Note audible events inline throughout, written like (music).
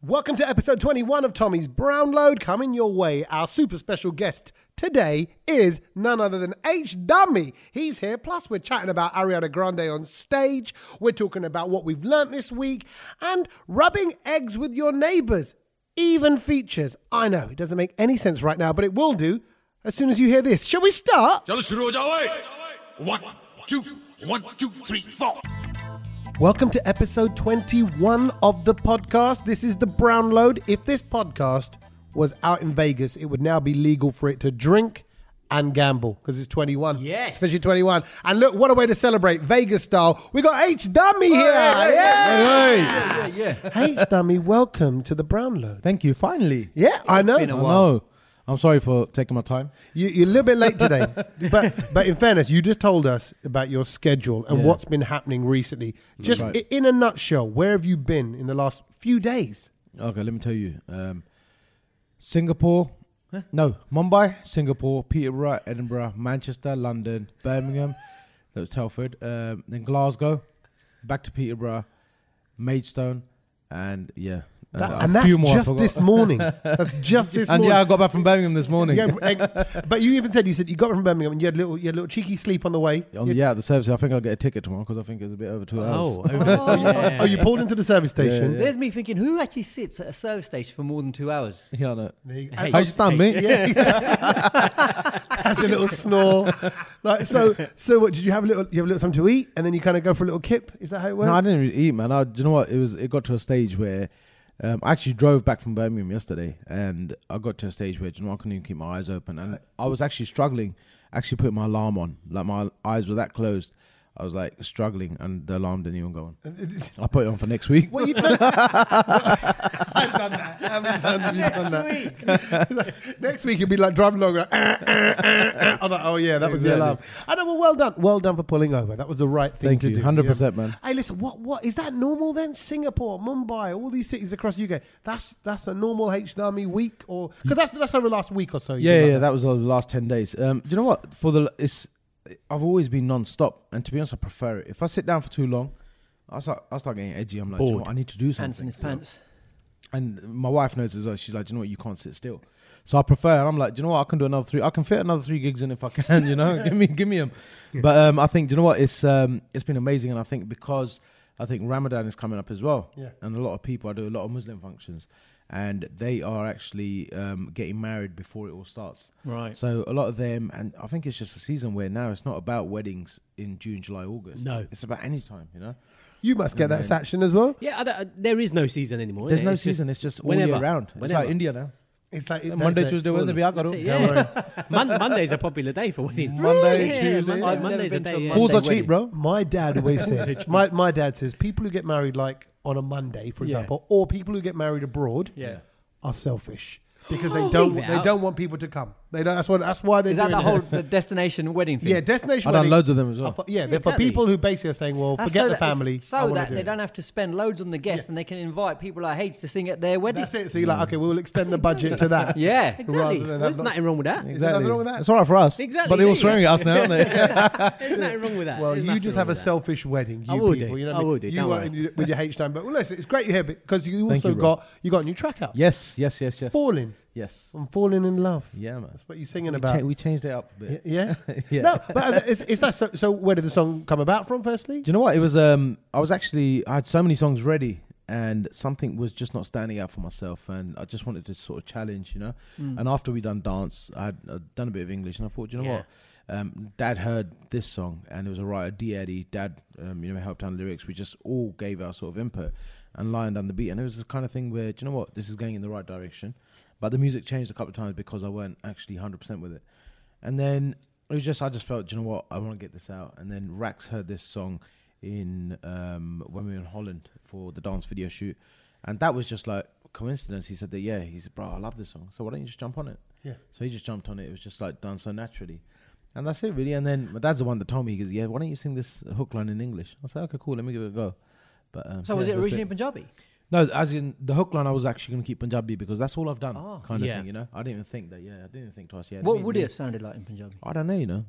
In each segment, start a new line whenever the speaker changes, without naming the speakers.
Welcome to episode 21 of Tommy's Brown Load. Coming your way, our super special guest today is none other than H. Dummy. He's here. Plus, we're chatting about Ariana Grande on stage. We're talking about what we've learnt this week and rubbing eggs with your neighbors. Even features. I know it doesn't make any sense right now, but it will do as soon as you hear this. Shall we start?
चलो शुरू हो जाओ ए! One, two, one, two, three, four.
Welcome to episode 21 of the podcast. This is the Brown Load. If this podcast was out in Vegas, it would now be legal for it to drink and gamble because it's 21.
Yes.
Especially 21. And look, what a way to celebrate Vegas style. We got H
Oh,
Dummy here. Yeah. H Dummy, welcome to the Brown Load.
Thank you. Finally.
Yeah, I know.
been a
I
while.
know. I'm sorry for taking my time.
You, you're a little bit
(laughs)
late today, but but in fairness, you just told us about your schedule and
Yeah.
what's been happening recently. Just
Right.
i in a nutshell, where have you been in the last few days?
Okay, let me tell you. Um, Singapore. No, Mumbai, Singapore, Peterborough, Edinburgh, Manchester, London, Birmingham. That was Telford. Um, then Glasgow, back to Peterborough, Maidstone, and yeah, uh,
That-
a
and that's
few more I
just
forgot.
this morning. That's just
(laughs)
this
And
morning.
yeah, I got back from Birmingham this morning.
Yeah, eh, but you even said you said you got from Birmingham and you had little you had little cheeky sleep on the way.
(laughs) On the,
You-
yeah, at the service. I think I'll get a ticket tomorrow because I think it's a bit over two hours.
Oh, oh, yeah.
Oh, (laughs) you pulled into the service station.
yeah.
There's me thinking, who actually sits at a service station for more than two hours?
(laughs) Yeah, I know.
There you go.
Hey.
How you stand, mate? (laughs)
(laughs) Yeah, has a little snore. Like so, so what did you have a little? You have a little something to eat, and then you kind of go for a little kip. Is that how it works?
No, I didn't really eat, man. I, do you know what? It was. It got to a stage where um, I actually drove back from Birmingham yesterday, and I got to a stage where do you know I couldn't even keep my eyes open, and I was actually struggling, actually putting my alarm on. Like my eyes were that closed, I was like struggling, and the alarm didn't even go on. I put it on for next week.
What you done? (laughs) I've done that. (laughs) How many times have you done that? (laughs) Like, next week you'll be like driving along. Like, "Eh, eh, eh, eh." I'm like, oh yeah, that was the
Exactly.
alarm. I know. Well, well done. Well done for pulling over. That was the right thing
Thank
to
you.
do.
100%, man.
Hey, listen. What? What is that normal then? Singapore, Mumbai, all these cities across UK. That's that's a normal H dummy week, or because that's that's over the last week or so. you've
Yeah,
been
yeah,
like
that was the last ten days. Um, do you know what? For the it's, I've always been non-stop, and to be honest, I prefer it. If I sit down for too long, I start, I start getting edgy. I'm like, do you know
Bored.
what? I need to do something.
Pants in his
So-
pants.
And my wife knows as well. She's like, "Do you know what? You can't sit still. So I prefer. And I'm like, do you know what? I can do another three. I can fit another three gigs in if I can. You know, give me, give me them. But um, I think, do you know what? It's um, it's been amazing, and I think because I think Ramadan is coming up as well.
Yeah.
And a lot of people, I do a lot of Muslim functions, and they are actually um, getting married before it all starts.
Right.
So a lot of them, and I think it's just a season where now it's not about weddings in June, July, August.
No.
it's about any time. You know,
You must get that section as well.
Yeah, I don't- I- there is no season anymore.
there's
innit?
no
It's just
season. it's just all year
whenever,
round. It's
whenever.
like India now.
It's like
Monday,
that's it.
Tuesday, Wednesday,
That's it,
Biagaro.
yeah. Mon- Monday's a popular day for weddings.
Monday,
Yeah,
Tuesday.
Monday-
I've never
Monday's a
been to a
day. yeah.
Monday
Pools are
wedding.
cheap, bro.
My
(laughs)
dad always says, my, my dad says, people who get married like on a Monday, for
Yeah.
example, or people who get married abroad
Yeah.
are selfish because they
Oh,
don't
leave it
they
out.
don't want people to come. They don't, that's what that's why they
Is that the whole the destination wedding thing?
yeah destination.
I've done
weddings
loads of them as
are
well.
for- yeah, they're
Exactly.
for people who basically are saying, well,
That's
forget
so
the
that-
family. I
So
wanna
that
do
they
it.
don't have to spend loads on the guests, and they can invite people like H to sing at their wedding.
That's it. So you're like, okay, we'll extend the budget to
(laughs)
that.
Yeah.
Rather
Exactly.
than
There's
have-
nothing wrong with that.
Is there nothing wrong with that?
It's all right for us.
Exactly,
But they
there
were
you
swearing at us now, aren't they?
There's nothing wrong with that.
Well,
There's
you
nothing
just
wrong
have a
with that.
selfish wedding, you
I will
people.
do.
You know
I
what
will do.
You
Don't
are
worry.
in your- with your H time, but well, listen, it's great to hear because you
Thank
also
you, bro.
got you got a new track out.
yes, yes, yes, yes.
falling.
Yes.
I'm falling in love.
Yeah, man.
That's what you're singing
We,
about.
cha- we changed it up a bit.
Y-
(laughs)
Yeah.
Yeah.
No, but uh, is, is that so, so? Where did the song come about from? Firstly,
Do you know what? It was um I was actually I had so many songs ready and something was just not standing out for myself and I just wanted to sort of challenge, you know. And after we done dance, I had I'd done a bit of English and I thought, "Do you know
Yeah.
what? Um, Dad heard this song and it was a writer, D Eddie, Dad, um, you know, helped on lyrics. We just all gave our sort of input and lined down the beat and it was the kind of thing where, do you know what, this is going in the right direction. But the music changed a couple of times because I weren't actually hundred percent with it. And then it was just I just felt, "Do you know what, I want to get this out. And then Rax heard this song in um, when we were in Holland for the dance video shoot, and that was just like coincidence. He said that yeah, he said, bro, I love this song, so why don't you just jump on it?
Yeah.
So he just jumped on it. It was just like done so naturally, and that's it really. And then my dad's the one that told me he goes, yeah, why don't you sing this hook line in English? I said, okay, cool, let me give it a go. But um,
So was
yeah,
it
that's
originally Punjabi?
No, as in the hook line, I was actually going to keep Punjabi because that's all I've done,
Ah.
kind of
Yeah.
thing. You know, I didn't even think that. Yeah, I didn't even think twice. Yeah. I
What
didn't
would
even-
it have sounded like in Punjabi?
I don't know, you know.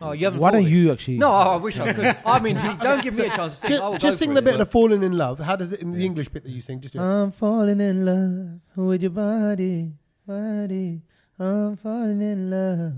Oh, you haven't
Why
thought
don't
it.
you actually?
No, I I wish I could. I mean, don't give me a chance to sing. I will
Just,
go
just sing
for
the
it,
bit
but- Uh,
of falling in love. How does it in the English bit that you sing? Just do it.
I'm falling in love with your body, body. I'm falling in love.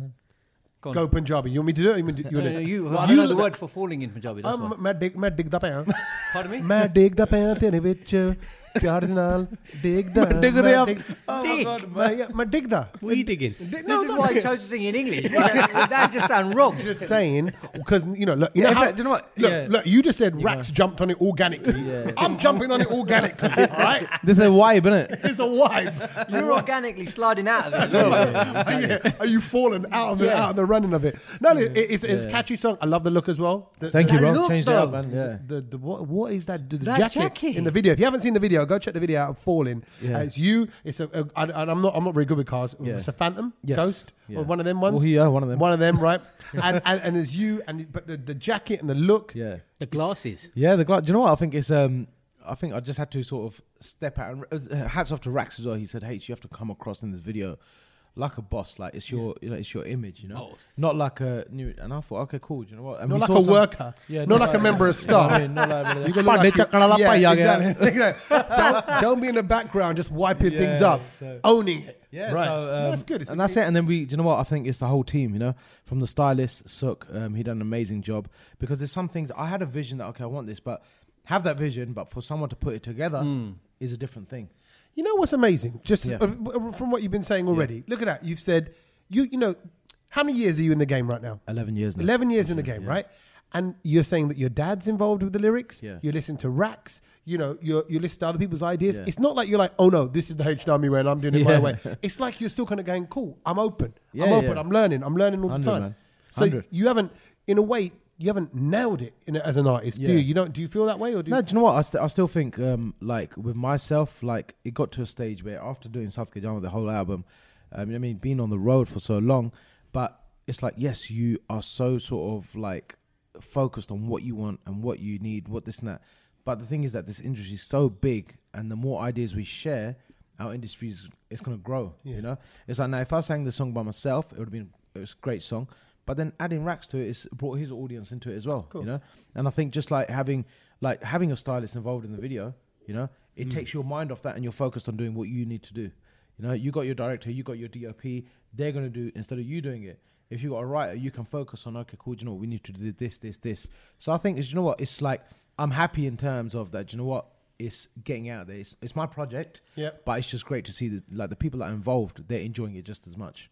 Go on.
Go Punjabi. You want me to do it? or You want me to, you
No,
want
no,
to-
you,
Well,
I don't know
look
the
at-
word for falling in Punjabi. That's
Um,
why.
ਮੈਂ ਡਿੱਗ ਮੈਂ ਡਿੱਗਦਾ ਪਿਆ
Pardon me?
ਮੈਂ ਡਿੱਗਦਾ ਪਿਆ ਤੇਰੇ ਵਿੱਚ ਪਿਆਰ ਦੇ ਨਾਲ ਡਿੱਗਦਾ
ਡਿੱਗਦੇ
ਮੈਂ
ਆ।
ਡਿੱਗ-
Dig.
ਮੈਂ ਮੈਂ ਡਿੱਗਦਾ
What are you digging?
ਡਿੱਗ-
This
no,
is
no,
why you chose to sing in English. that just
(laughs)
sounds wrong.
just saying because you know look you
Yeah,
know, how,
but you know what?
look,
Yeah.
look you just said Rax jumped on it organically I'm jumping on it
(laughs)
organically all right
This is a vibe, isn't it?
it's a vibe
You're
(laughs)
organically sliding out of it. as well.
yeah. are you falling out of the out of the running of it no it, it's, it's a catchy song I love the look as well The-
Thank
the-
you, Rob.
look,
Changed it up,
though.
man. Yeah.
The, the what, what is that? The, the
That
jacket,
jacket.
in the video. If you haven't seen the video, go check the video out. of Falling.
Yeah.
Uh, it's you. It's a, a and and I'm not. I'm not very good with cars.
Yeah.
It's a Phantom,
Yes.
Ghost,
Yeah.
or one of them ones.
Well, yeah, one of them.
One of them,
(laughs)
right? and, and and it's you. And but the, the jacket and the look.
Yeah.
The glasses.
Yeah, the guy. Do you know what I think? It's um, I think I just had to sort of step out. And uh, hats off to Rax as well. He said, "Hey, you have to come across in this video like a boss. Like it's your, you know, it's your image. You know,
Boss.
not like a new." And I thought, okay, cool. Do you know what? And we
Not like
saw
a
some-
worker.
Yeah,
not like a member of staff.
I mean, not like
You gotta look
Pandey
like you-
chakalapa
yeah,
ya gaya. (laughs)
exactly, exactly. don't, don't be in the background just wiping
Yeah,
things up,
so-
owning it.
Yeah,
right.
So, um,
No, that's good. It's
and
a-
that's it. And then we, do you know what? I think it's the whole team. You know, from the stylist Sook, um, he done an amazing job because there's some things I had a vision that okay, I want this, but have that vision, but for someone to put it together
Hmm.
is a different thing.
You know what's amazing? Just
Yeah.
uh, w- from what you've been saying already. Look at that. You've said you you know how many years are you in the game right now?
Eleven years now.
Eleven years in the game, right? And you're saying that your dad's involved with the lyrics.
Yeah.
You listen to Rax. You know, you you listen to other people's ideas.
Yeah.
It's not like you're like, oh no, this is the H dummy way and I'm doing it my
Yeah.
way.
(laughs)
It's like you're still kind of going, cool. I'm open. I'm
Yeah,
open.
yeah.
I'm learning. I'm learning all the
100,
time.
man.
So
100.
you haven't, in a way, you haven't nailed it in, as an artist, do
Yeah.
you? You don't. Do you feel that way or do you?
No, do you know what? I, st- I still think, um, like with myself, like it got to a stage where after doing South Kajama, the whole album, um, you know what I mean, being on the road for so long, but it's like, yes, you are so sort of like focused on what you want and what you need, what this and that. But the thing is that this industry is so big, and the more ideas we share, our industry is it's gonna grow. You know, it's like now if I sang the song by myself, it would have been it's a great song. But then adding Rax to it is brought his audience into it as well. You know, and I think just like having like having a stylist involved in the video, you know, it takes your mind off that and you're focused on doing what you need to do. You know, you got your director, you got your DOP. They're gonna do instead of you doing it. If you got a writer, you can focus on okay, cool. Do you know what we need to do this, this, this. So I think is you know what it's like. I'm happy in terms of that. Do you know what? It's getting out there. It's, it's my project.
Yep.
But it's just great to see that like the people that are involved, they're enjoying it just as much.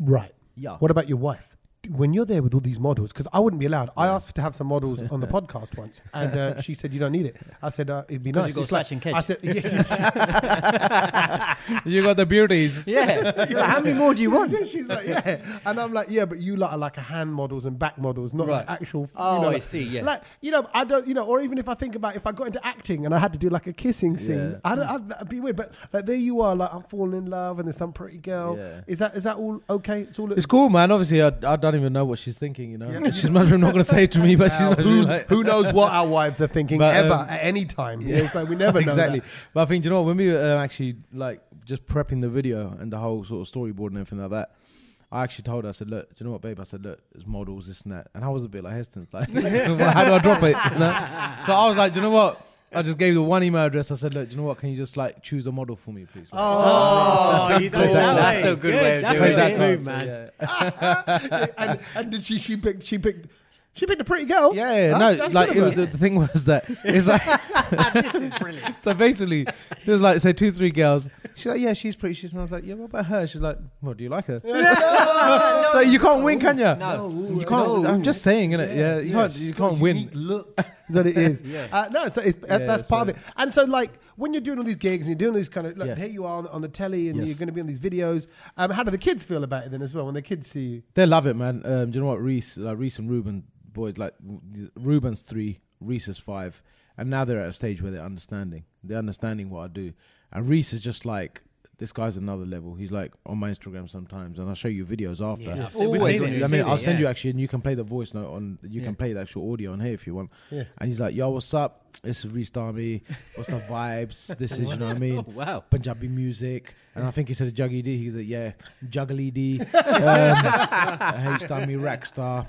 Right.
Yeah.
What about your wife? When you're there with all these models, because I wouldn't be allowed. I asked to have some models
(laughs)
on the podcast once, and uh, she said you don't need it. I said uh, it'd be nice.
you've got
It's like-
Slash and Kedge.
I said, (laughs) yeah,
(laughs)
yeah,
you got the beauties.
Yeah. You're like, how many more do you want?
yeah. she's
(laughs)
like, yeah, and I'm like, yeah, but you lot are like a hand models and back models, not
Right.
like actual.
Oh,
you know,
I
like-
see, yeah.
like you know, I don't, you know, or even if I think about if I got into acting and I had to do like a kissing scene,
Yeah. Hmm.
I don't, I'd, that'd be weird. But like there you are, like I'm falling in love, and there's some pretty girl.
Yeah.
Is that is that all okay? It's all
It's cool, man. Obviously, I, I don't even know what she's thinking. You know,
Yeah.
she's not, not going to say it to me, but (laughs) she's not,
who,
she's like,
who knows what our wives are thinking
But,
ever
um,
at any time? It's like we never know.
(laughs) exactly.
that.
But I think you know what, when we were um, actually like just prepping the video and the whole sort of storyboard and everything like that. I actually told her, I said, look, do you know what, babe? I said, look, it's models, this and that. And I was a bit like hesitant, like, (laughs) how do I drop it? You know? So I was like, do you know what? I just gave her one email address. I said, look, do you know what? Can you just like choose a model for me,
Oh,
please? Like,
Oh, you
Play that
That's way. a good way of
That's
doing
a
played
it.
good
that card. So,
move, man.
yeah.
and, and did she? She picked. She picked. She picked a pretty girl.
Yeah, yeah,
That's-
no,
that's
like
good
it
of
was,
her.
the, the thing was that it's like
this is brilliant.
(laughs) so basically there's like say two three girls. She's like, yeah, she's pretty. She's and I was like, yeah, what about her? She's like, well, do you like her? (laughs) so you can't win, can you?
No.
you can't. I'm just saying, innit? Yeah, you can't. You can't
unique
win.
Look that
(laughs)
it (laughs) is. uh, no, it's, it's, uh,
Yeah,
that's part of
so-
it. And so, like, when you're doing all these gigs and you're doing these kind of, like,
Yeah.
here you are on, on the telly and
Yes.
you're going to be on these videos. Um, how do the kids feel about it then as well when the kids see you?
They love it, man. Um, do you know what? Reese, like Reese and Ruben, boys, like Ruben's three, Reese is five, and now they're at a stage where they're understanding. They're understanding what I do, and Reese is just like this guy's another level. He's like on my Instagram sometimes, and I'll show you videos after.
Yeah, I've seen- we've
Always,
seen
on-
it, we've
I mean,
seen
I'll
it,
send
yeah.
you actually, and you can play the voice note on. You can play the actual audio on here if you want. And he's like, "Yo, what's up? This is Reese Darby. What's the vibes? This is, you know what I mean?
Wow.
Punjabi music. And I think he said (laughs) Juggy D. He said, yeah, Juggly D. Um, H Dummy Rackstar.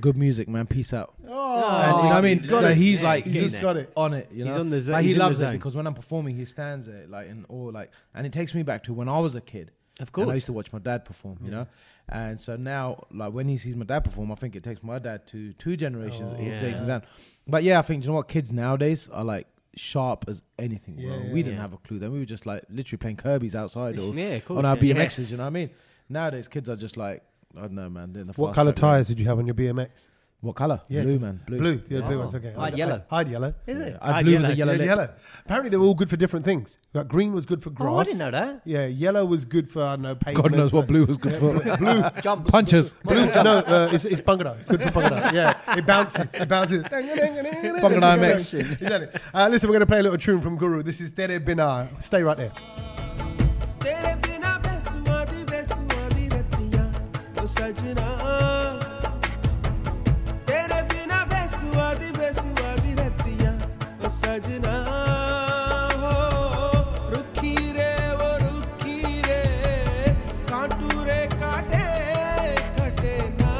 Good music, man. Peace out.
Oh,
And, you know what I mean?
he's got
Like,
it.
he's like
He's
he's
got it.
on it. You
He's
know,
on the zo-
Like, he
he's in the
loves it
zone.
because when I'm performing, he stands there like in awe, like, and it takes me back to when I was a kid.
Of
And I
course.
used to watch my dad perform. You know, and so now, like when he sees my dad perform, I think it takes my dad to two generations.
Oh,
it
yeah.
takes him down. But yeah, I think you know what kids nowadays are like sharp as anything. Bro.
Yeah.
we didn't
Yeah.
have a clue then. We were just like literally playing Kirby's outside or
(laughs) Yeah, of course,
on our
yeah.
BMXs.
Yes.
You know what I mean? Nowadays, kids are just like. I don't know, man. they're in the
What
fast
color
track, man.
tires did you have on your BMX?
What color?
Yeah,
blue,
just-
man. Blue.
Blue, yeah, blue
Oh.
ones. Okay,
I had yellow.
I had yellow.
Is it?
I
Ah,
blue with a
yellow.
yellow
Yeah,
lip.
yellow. Apparently, they were all good for different things. Like green was good for grass.
Oh, I didn't know that.
Yeah, yellow was good for I don't know pavement.
God knows what blue was good for.
(laughs)
blue
Jump.
(laughs) punches.
Blue, no, uh, it's, it's bungalow. It's good for bungalow. Yeah, it bounces. It bounces. bungalow
mix.
Exactly. Uh, listen, we're going to play a little tune from Guru. This is Dere Binar. Stay right there.
ਤੇਰੇ ਬਿਨਾ ਬੈਸੂਆਂ ਦੀ ਬੈਸੂਆਂ ਦੀ ਰਤੀਆਂ ਉਹ ਸਜਣਾ ਤੇਰੇ ਬਿਨਾ ਬੈਸੂਆਂ ਦੀ ਬੈਸੂਆਂ ਦੀ ਰਤੀਆਂ ਉਹ ਸਜਣਾ ਹੋ ਰੁੱਖੀ ਰੇ ਉਹ ਰੁੱਖੀ ਰੇ ਕਾਟੂ ਰੇ ਕਾਟੇ ਕਟੇ ਨਾ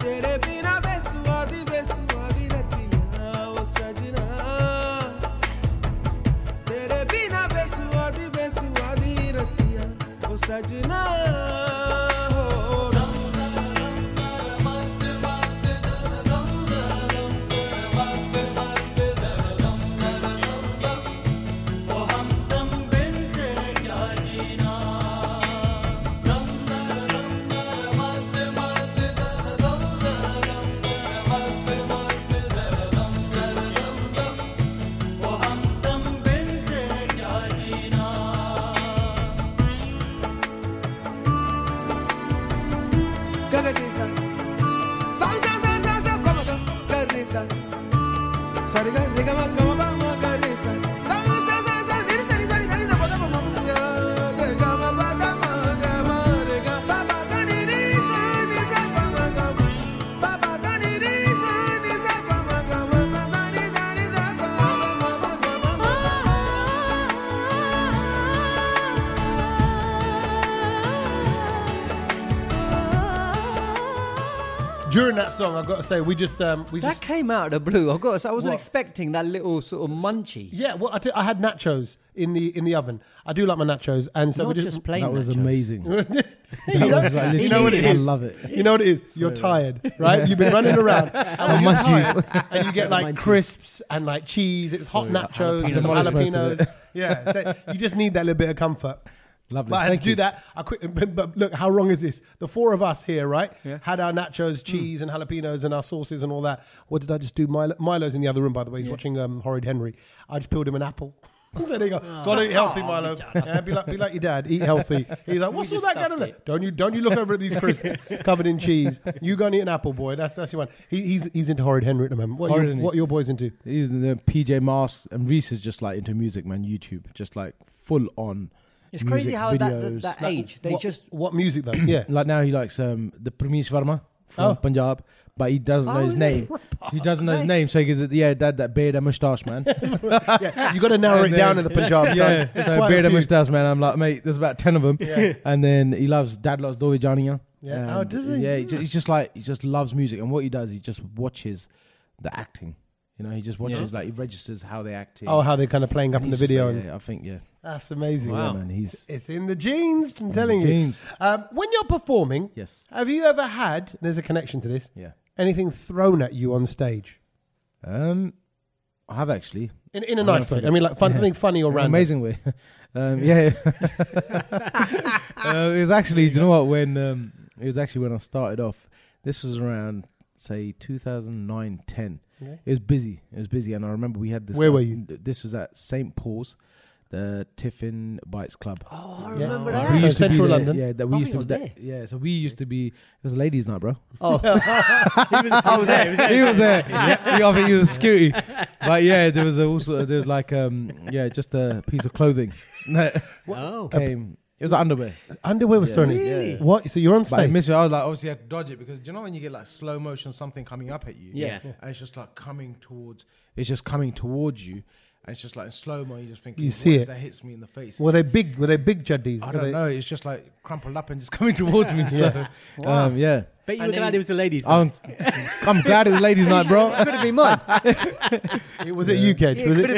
ਤੇਰੇ ਬਿਨਾ ਬੈਸੂਆਂ ਦੀ ਬੈਸੂਆਂ ਦੀ ਰਤੀਆਂ ਉਹ ਸਜਣਾ ਤੇਰੇ ਬਿਨਾ ਬੇਸੁਆਦੀ ਬੇਸੁਆਦੀ ਰਤੀਆਂ ਉਹ ਸਜਣਾ ਹੋ Gagadisa. Sa sa sa sa sa ba ba garisa. Sariga riga ma ga ma ba ma garisa. Sa sa sa sa diri sari sari diri da ba da ba ma ma ga. Ga ma ba da ma ga ma re ga ba ba sa diri sa ni sa ba ma ga ma. Ba ba sa diri sa ni sa ba ma ga ma ba ba ni da ni da ba ba ma ma ga ma ma.
During that song, I've got to say, we just um, we
That
just
came out of the blue. I've got. to say, I wasn't
What?
expecting that little sort of munchy.
yeah. Well, I did- I had nachos in the in the oven. I do like my nachos, and so
Not
we
just,
just.
plain.
That was
(laughs)
nachos.
amazing. That
know-
was like,
you know what it
literally- I
is?
love it.
you know what it is? You're tired, right? You've been running
(laughs)
around. And when you're
Munchies.
tired, and you
(laughs)
get like
Munchies.
crisps and like cheese. It's hot nachos,
I've
and some
demolished most of
jalapenos.
it.
Yeah, so you just need that little bit of comfort.
Lovely.
But I had
Thank
to do
you.
that. I quick, but, but look, how wrong is this? The four of us here, right? Had our nachos,
Mm.
cheese, and jalapenos, and our sauces, and all that. What did I just do? Milo, Milo's in the other room, by the way. He's watching um, Horrid Henry. I just peeled him an apple. (laughs) so there you go.
Oh.
Gotta eat healthy, Milo. Yeah, be like be like your dad. Eat
(laughs)
healthy. He's like, what's all
just
that going on
stuffed
there?
it.
Don't you don't you look over at
(laughs)
these crisps covered in cheese? You go and eat an apple, boy. That's that's your one. He, he's he's into Horrid Henry at the moment. What are,
Horrid
you,
Henry.
what are your boys into?
He's in the PJ Masks and Reese is just like into music, man. YouTube, just like full on.
It's crazy
music
how that, that,
videos.
that
Like-
age they
what,
just
what music
(laughs)
though? Yeah.
Like now he likes um the Pramesh Varma from
Oh.
Punjab, but he doesn't know
Oh,
his
yeah. (laughs)
name. he doesn't know his name, so he gives it yeah, dad that beard and moustache, man.
(laughs)
yeah. You got to narrow it
And
down
then-
in the
(laughs)
Punjab side.
yeah,
There's
so
quite a
beard and
few.
moustache, man. I'm like, mate, there's about ten of them.
Yeah.
And then he loves dad loves Dovi Jania.
Yeah. Oh,
And
does he?
Yeah, he's ju- he's just like he just loves music, and what he does, he just watches the acting. You know, he just watches like he registers how they act.
Oh, how they're kind of playing up in the video. and
I think yeah,
That's amazing.
yeah, man. He's
It's in the genes, I'm telling
the
you.
genes.
Um, when you're performing,
Yes.
have you ever had, there's a connection to this,
yeah.
anything thrown at you on stage?
Um, I have actually
In, in a
gonna
nice way.
forget.
I mean, like fun,
Oh, Yeah.
something funny or
An
random.
amazing way. (laughs) um, yeah, uh, it was actually. Do you know what? When um, it was actually when I started off. This was around say 2009, 10.
Okay.
It was busy. It was busy, and I remember we had this.
Where
like,
were you?
This was at St Paul's, the Tiffin Bites Club.
Oh, I
Yeah.
remember
Yeah.
that.
So
used to be
Central
there-
London. Oh,
Yeah, that we
I
used to.
think I was
that- yeah, so we used to be. It was a ladies' night,
(laughs)
bro. (laughs)
Oh.
(laughs)
I was there. It was there.
he was there. Yeah, I think he was a security. But yeah, there was also there was like um yeah, just a piece of clothing (laughs) that
Oh.
came. It was like underwear.
Underwear was
Yeah.
thrown at
Really?
you. What? So you're on
But I
stage?
missed it. I was like, obviously, I had to dodge it because do you know when you get like slow motion something coming up at you?
Yeah. Yeah.
And it's just like coming towards. It's just coming towards you, And it's just like in slow mo, you just think
You see it.
That hits me in the face.
Were they big? Were they big Jaddies?
I
Were
don't
they-
know. It's just like crumpled up and just (laughs) coming towards me. So, um, yeah.
Bet you
And
were glad
then-
it was the ladies.
Oh.
I'm, I'm glad it's ladies' night, (laughs) bro.
Could have
(laughs)
been mine.
It was it you, Kedge? Was it
Could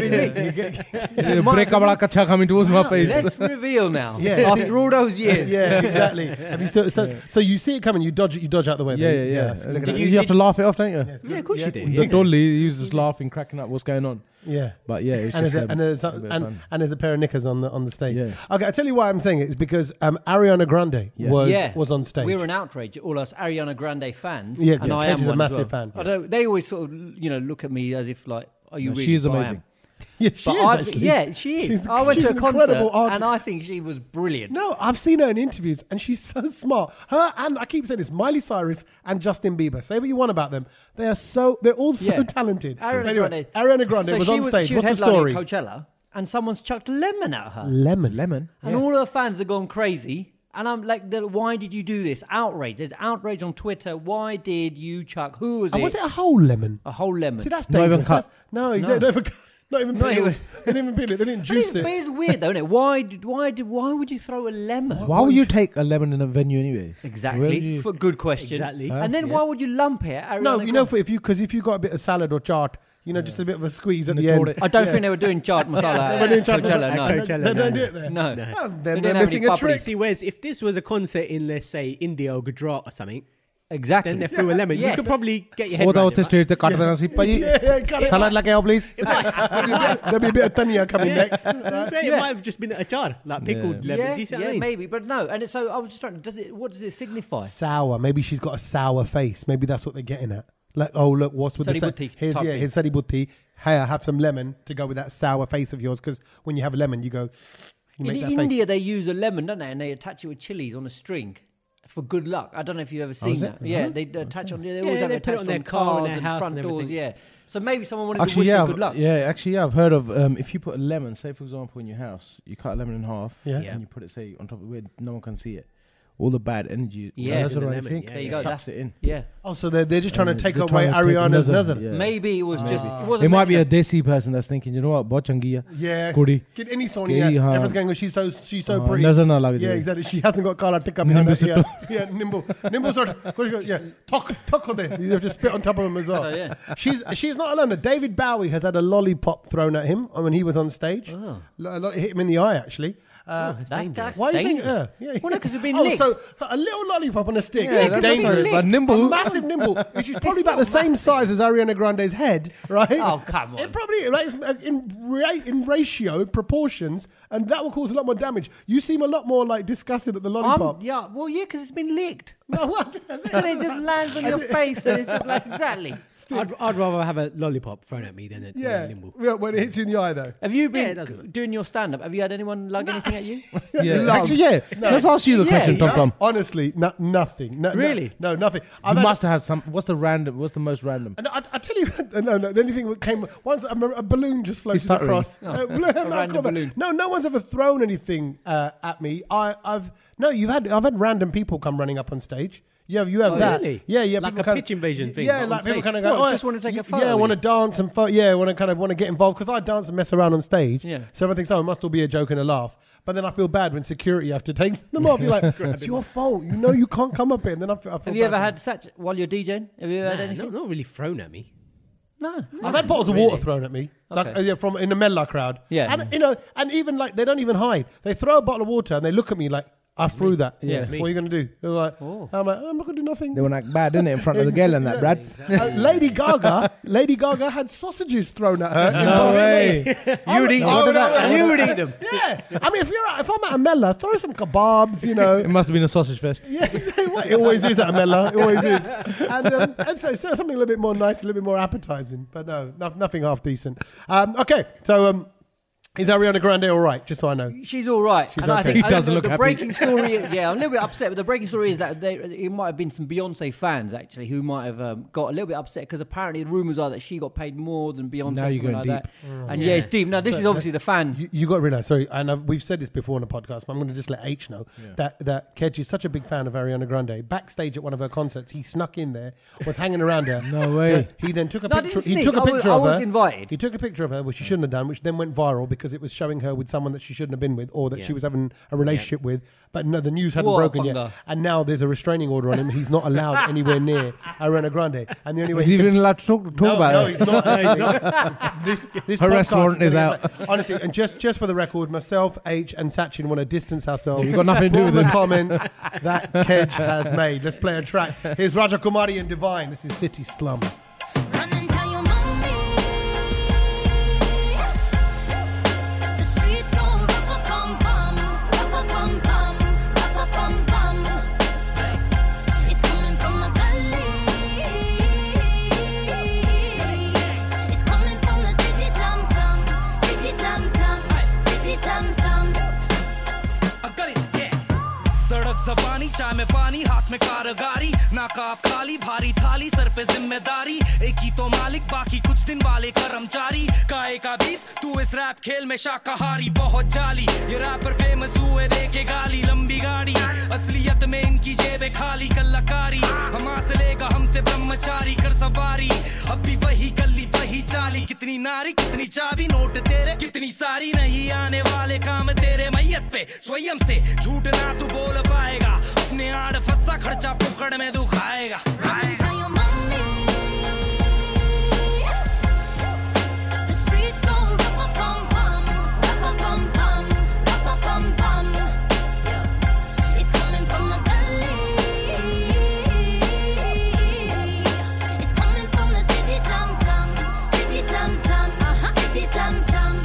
have been me.
Break up like a chuck coming towards my face.
Let's reveal
(laughs)
now.
Yeah.
After all those years.
(laughs) Yeah, exactly. Have you so, so, so you see it coming, you dodge it, you dodge out the way.
Yeah, yeah,
then you-
yeah.
that's- look at
you,
that.
you have to laugh it off, don't you?
yeah, of course you did.
The dolly, he was just laughing, cracking up. What's going on?
Yeah.
But yeah, it's
and
just
there's, a,
um,
and, there's a,
a bit of
and,
fun.
and there's a pair of knickers on the on the stage.
Yeah.
Okay, I tell you why I'm saying it is because um, Ariana Grande
Yeah.
was
Yeah.
was on stage.
We were an outrage, all us Ariana Grande fans.
Yeah,
and
yeah,
I
Kedge
am
is a
one as
massive
well.
fan.
I don't, they always sort of, you know, look at me as if like, are you
No,
really?
she is
But I
amazing.
am.
(laughs) yeah, she
But
is,
I,
actually.
yeah, she is.
She's-
I went
she's
to a
an
concert
incredible artist.
and I think she was brilliant.
No, I've seen her in interviews, and she's so smart. Her and I keep saying this: Miley Cyrus and Justin Bieber. Say what you want about them, they are so they're all so
Yeah.
talented.
Ariana
Anyway,
Grande.
Ariana Grande
So
was
she
on stage.
she
What's the
was headlining
story?
Coachella, and someone's chucked a lemon at her,
Lemon, lemon.
and all her fans have gone crazy. And I'm like, the- why did you do this? Outrage. There's outrage on Twitter. Why did you chuck? Who was
And
it?
was it a whole lemon?
a whole lemon.
See, that's
Not even
dangerous.
cut.
That's- No, no. Not even, (laughs) not
(laughs)
even
Not
peeled.
even-
they didn't even peel it. They didn't
but, it's,
juice
but
it.
it's weird, though, isn't it? Why did why did why would you throw a lemon?
Why would you take a lemon in a venue anyway? Where
Exactly.
do you-
For good question.
Exactly.
And then why would you lump it? At Ariana
No, you know,
Grande?
for if you because if you got a bit of salad or chart, you know, just a bit of a squeeze at
And
the
they
end.
tore it.
I don't think they were doing chaat masala
They went in
at
charge of-
Coachella. No.
They-
Coachella,
they don't
no,
do it there. Oh,
No. No. They
then
didn't
they're
have any
missing a
bubbly.
trick.
See, whereas if this was a concert in, let's say, India or Gujarat or something,
Exactly.
then they threw a lemon. You
Yes.
could probably get your head.
Or they'll
around it,
just do the cut and I'll say, "Paji,
(laughs) Yeah, yeah, cut it.
salad like hell, please.
there'll, be a bit, there'll be a bit of tania coming
right? (laughs)
next.
I was saying, It might have just been a jar, like pickled
Yeah.
lemon.
yeah,
Do you see what
yeah,
I mean?
maybe, but no. And it's, so I was just trying. Does it? What does it signify?
Sour. Maybe she's got a sour face. Maybe that's what they're getting at. Like, oh look, what's with the
Sari
sa-
butti
here's
type
yeah,
thing.
here's sari butti. Hey, I have some lemon to go with that sour face of yours because when you have a lemon, you go. You
In
make that
India, they use a lemon, don't they? And they attach it with chilies on a string for good luck. I don't know if you've ever seen
is it?
that. Yeah, they attach on. They always
Yeah,
have
they
it
put it
attached
on their car
cars
and their
and
house
front
and
doors.
everything.
Yeah. So maybe someone
(laughs)
wanted
Actually,
to wish
yeah,
you good luck.
I've- yeah. Actually, yeah. I've heard of um, if you put a lemon, say for example in your house, you cut a lemon in half,
Yeah.
Yeah.
and you put it say on top of where no one can see it, all the bad energy,
Yeah.
that's
In the
what I
lemon,
think.
yeah,
There you
yeah.
go.
sucks
That's
it in.
Yeah.
Oh, so they're, they're just trying to
Yeah,
take
Uh, they're
away
trying to take
Ariana's
another-
nazar.
yeah.
Maybe it was just. It,
It
wasn't
might be a
meant-
desi person that's thinking, you know what, bochangia,
Yeah, (laughs)
kuri.
Get any Sony.
Yeah,
Yeah,
yeah.
everyone's going. "Oh, She's so she's so
Uh,
pretty.
doesn't know like
yeah,
that.
exactly. She hasn't got Carla pick up.
Nimble
in her,
sort
yeah, yeah, nimble, nimble sort. Of, course you go, yeah, talk, talk on there. You have to spit on top of him as well.
So, yeah.
She's she's not alone. though. David Bowie has had a lollipop thrown at him when he was on stage. Oh. it hit him in the eye actually. Uh,
Oh, That's, that's
why do you think?
dangerous.
Uh, yeah,
Well, no, 'cause we've been
Oh,
licked.
so a little lollipop on a stick.
Yeah,
is
that's
dangerous.
dangerous. But nimble,
A massive nimble, which
(laughs)
is probably about the same size as Ariana Grande's head, right?
Oh, come on.
It probably like, it's, uh, in ra- in ratio proportions, and that will cause a lot more damage. You seem a lot more like disgusted at the
I'm,
lollipop.
yeah, well, yeah, because it's been licked.
No, what? (laughs) That's it.
and it just lands on your face, and it's just like exactly.
I'd, I'd rather have a lollipop thrown at me than a, than a
yeah.
nimble.
yeah, when it hits you in the eye though.
Have you
it
been
doesn't matter.
doing your stand-up? Have you had anyone lug anything at you?
(laughs) Yeah.
(laughs) Love.
Actually, yeah. Let's ask you the
Yeah,
question, Tom
No,
Tom.
honestly, no, nothing. No, no,
Really?
No, nothing.
You
had-
must have some. What's the random? What's the most random?
And I, I tell you, (laughs) no, no. The only thing that came once a, a balloon just floated
stuttering.
across.
Oh.
Uh,
A
no, I
random
call that-
balloon.
no, no one's ever thrown anything uh, at me. I, I've no. You've had I've had random people come running up on stage. Yeah, you have
Oh,
that.
really?
Yeah, yeah.
Like
people
a
kind
pitch invasion thing,
Yeah,
but on
like people
stage.
kind of go.
What,
"Oh,
just wanna take a
y-
photo
Yeah,
with
want to
you?"
dance and photo. Yeah, want to kind of want to get involved because I dance and mess around on stage.
Yeah.
So everyone thinks, oh, it must all be a joke and a laugh. But then I feel bad when security have to take (laughs) them off. You're like, it's your fault. You know you can't come up here. And then I feel, I feel
Have you
bad.
ever had such while you're DJing? Have you ever had
Nah, not,
anything?
not really thrown at me.
No. Oh,
I've had bottles of water thrown at me, like
Okay.
uh, yeah, from in the Mella crowd.
Yeah.
and you know, and even like they don't even hide. They throw a bottle of water and they look at me like I threw that.
Yeah.
what are you going to do? They're like, I'm like, I'm not going to do nothing.
They were like bad, didn't it, in front of the girl and that, Brad?
(laughs) Uh, Lady Gaga, Lady Gaga had sausages thrown at her. (laughs)
No way.
You'd
eat them. What did that-
You'd eat them. Yeah, I mean, if you're at- if I'm at a Mella, throw some kebabs, you know,
It must have been a sausage fest.
yeah, (laughs) exactly. Well, it always is at Amella. It always is. And, um, and so, so something a little bit more nice, a little bit more appetizing. But no, no nothing half decent. Um, okay, so um, Is Ariana Grande all right? Just so I know.
She's all right. and I
okay.
think
He does
I, the,
look
the
happy.
breaking story. yeah, I'm a little bit upset, but the breaking story is that they, it might have been some Beyonce fans actually who might have um, got a little bit upset because apparently the rumors are that she got paid more than Beyonce
Now
or
you're
something
going
like that.
deep.
And yeah. it's deep. Now this is obviously the fan.
You, you got to realize, sorry, and I've, we've said this before on the podcast, but I'm going to just let H know that that Kedge is such a big fan of Ariana Grande. Backstage at one of her concerts, he snuck in there, was hanging around her.
(laughs) No way.
He then took a
No, I
picture.
didn't
He
sneak.
took a
I was-
picture
I
of her.
was invited.
He took a picture of her, which he shouldn't have done, which then went viral because it was showing her with someone that she shouldn't have been with, or that she was having a relationship with. But no, the news hadn't
What a
broken yet,
bugger.
and now there's a restraining order on him. He's not
(laughs)
allowed anywhere near Ariana Grande, and the only way
He's
he can
even allowed to talk, talk
no,
about
no,
it.
he's not.
(laughs)
actually. this this
Her
podcast
restaurant is
gonna
out.
get back- Honestly, and just just for the record, myself, H, and Sachin want to distance ourselves.
You've got nothing to do
from
with
the
them. (laughs)
comments that Kedge has made. Let's play a track. Here's Raja Kumari and Divine. This is City Slum.
Run and tell your mommy. The streets go rubber bum bum, rubber bum bum, rubber bum bum. It's coming from the gully. It's coming from the city slum slums, city slum slums, city slum slums.
अकल ये सड़क जबानी चाय में पानी हाथ में कारगारी नाकाब काली भारी थाली सर पे जिम्मेदारी एक ही तो मालिक बाकी कुछ दिन वाले कर्मचारी काए का बीफ तू इस रैप खेल में शाकाहारी बहुत जाली ये रैपर फेमस हुए देखे गाली लंबी गाड़ी असलियत में इनकी जेबें खाली कल्लाकारी हम से लेगा हमसे ब्रह्मचारी कर सवारी अब भी वही गली वही चाली कितनी नारी कितनी चाबी नोट तेरे कितनी सारी नहीं आने वाले काम तेरे मैयत पे स्वयं से झूठ ना तू बोल पाएगा अपने आड़ फंसा खर्चा फुकड़ में तू खाएगा
Run and tell your mommy. The streets go rubber bum bum, rubber bum bum, rubber bum bum. It's coming from the gully. It's coming from the city slum slums, city slum slum, city slum slum.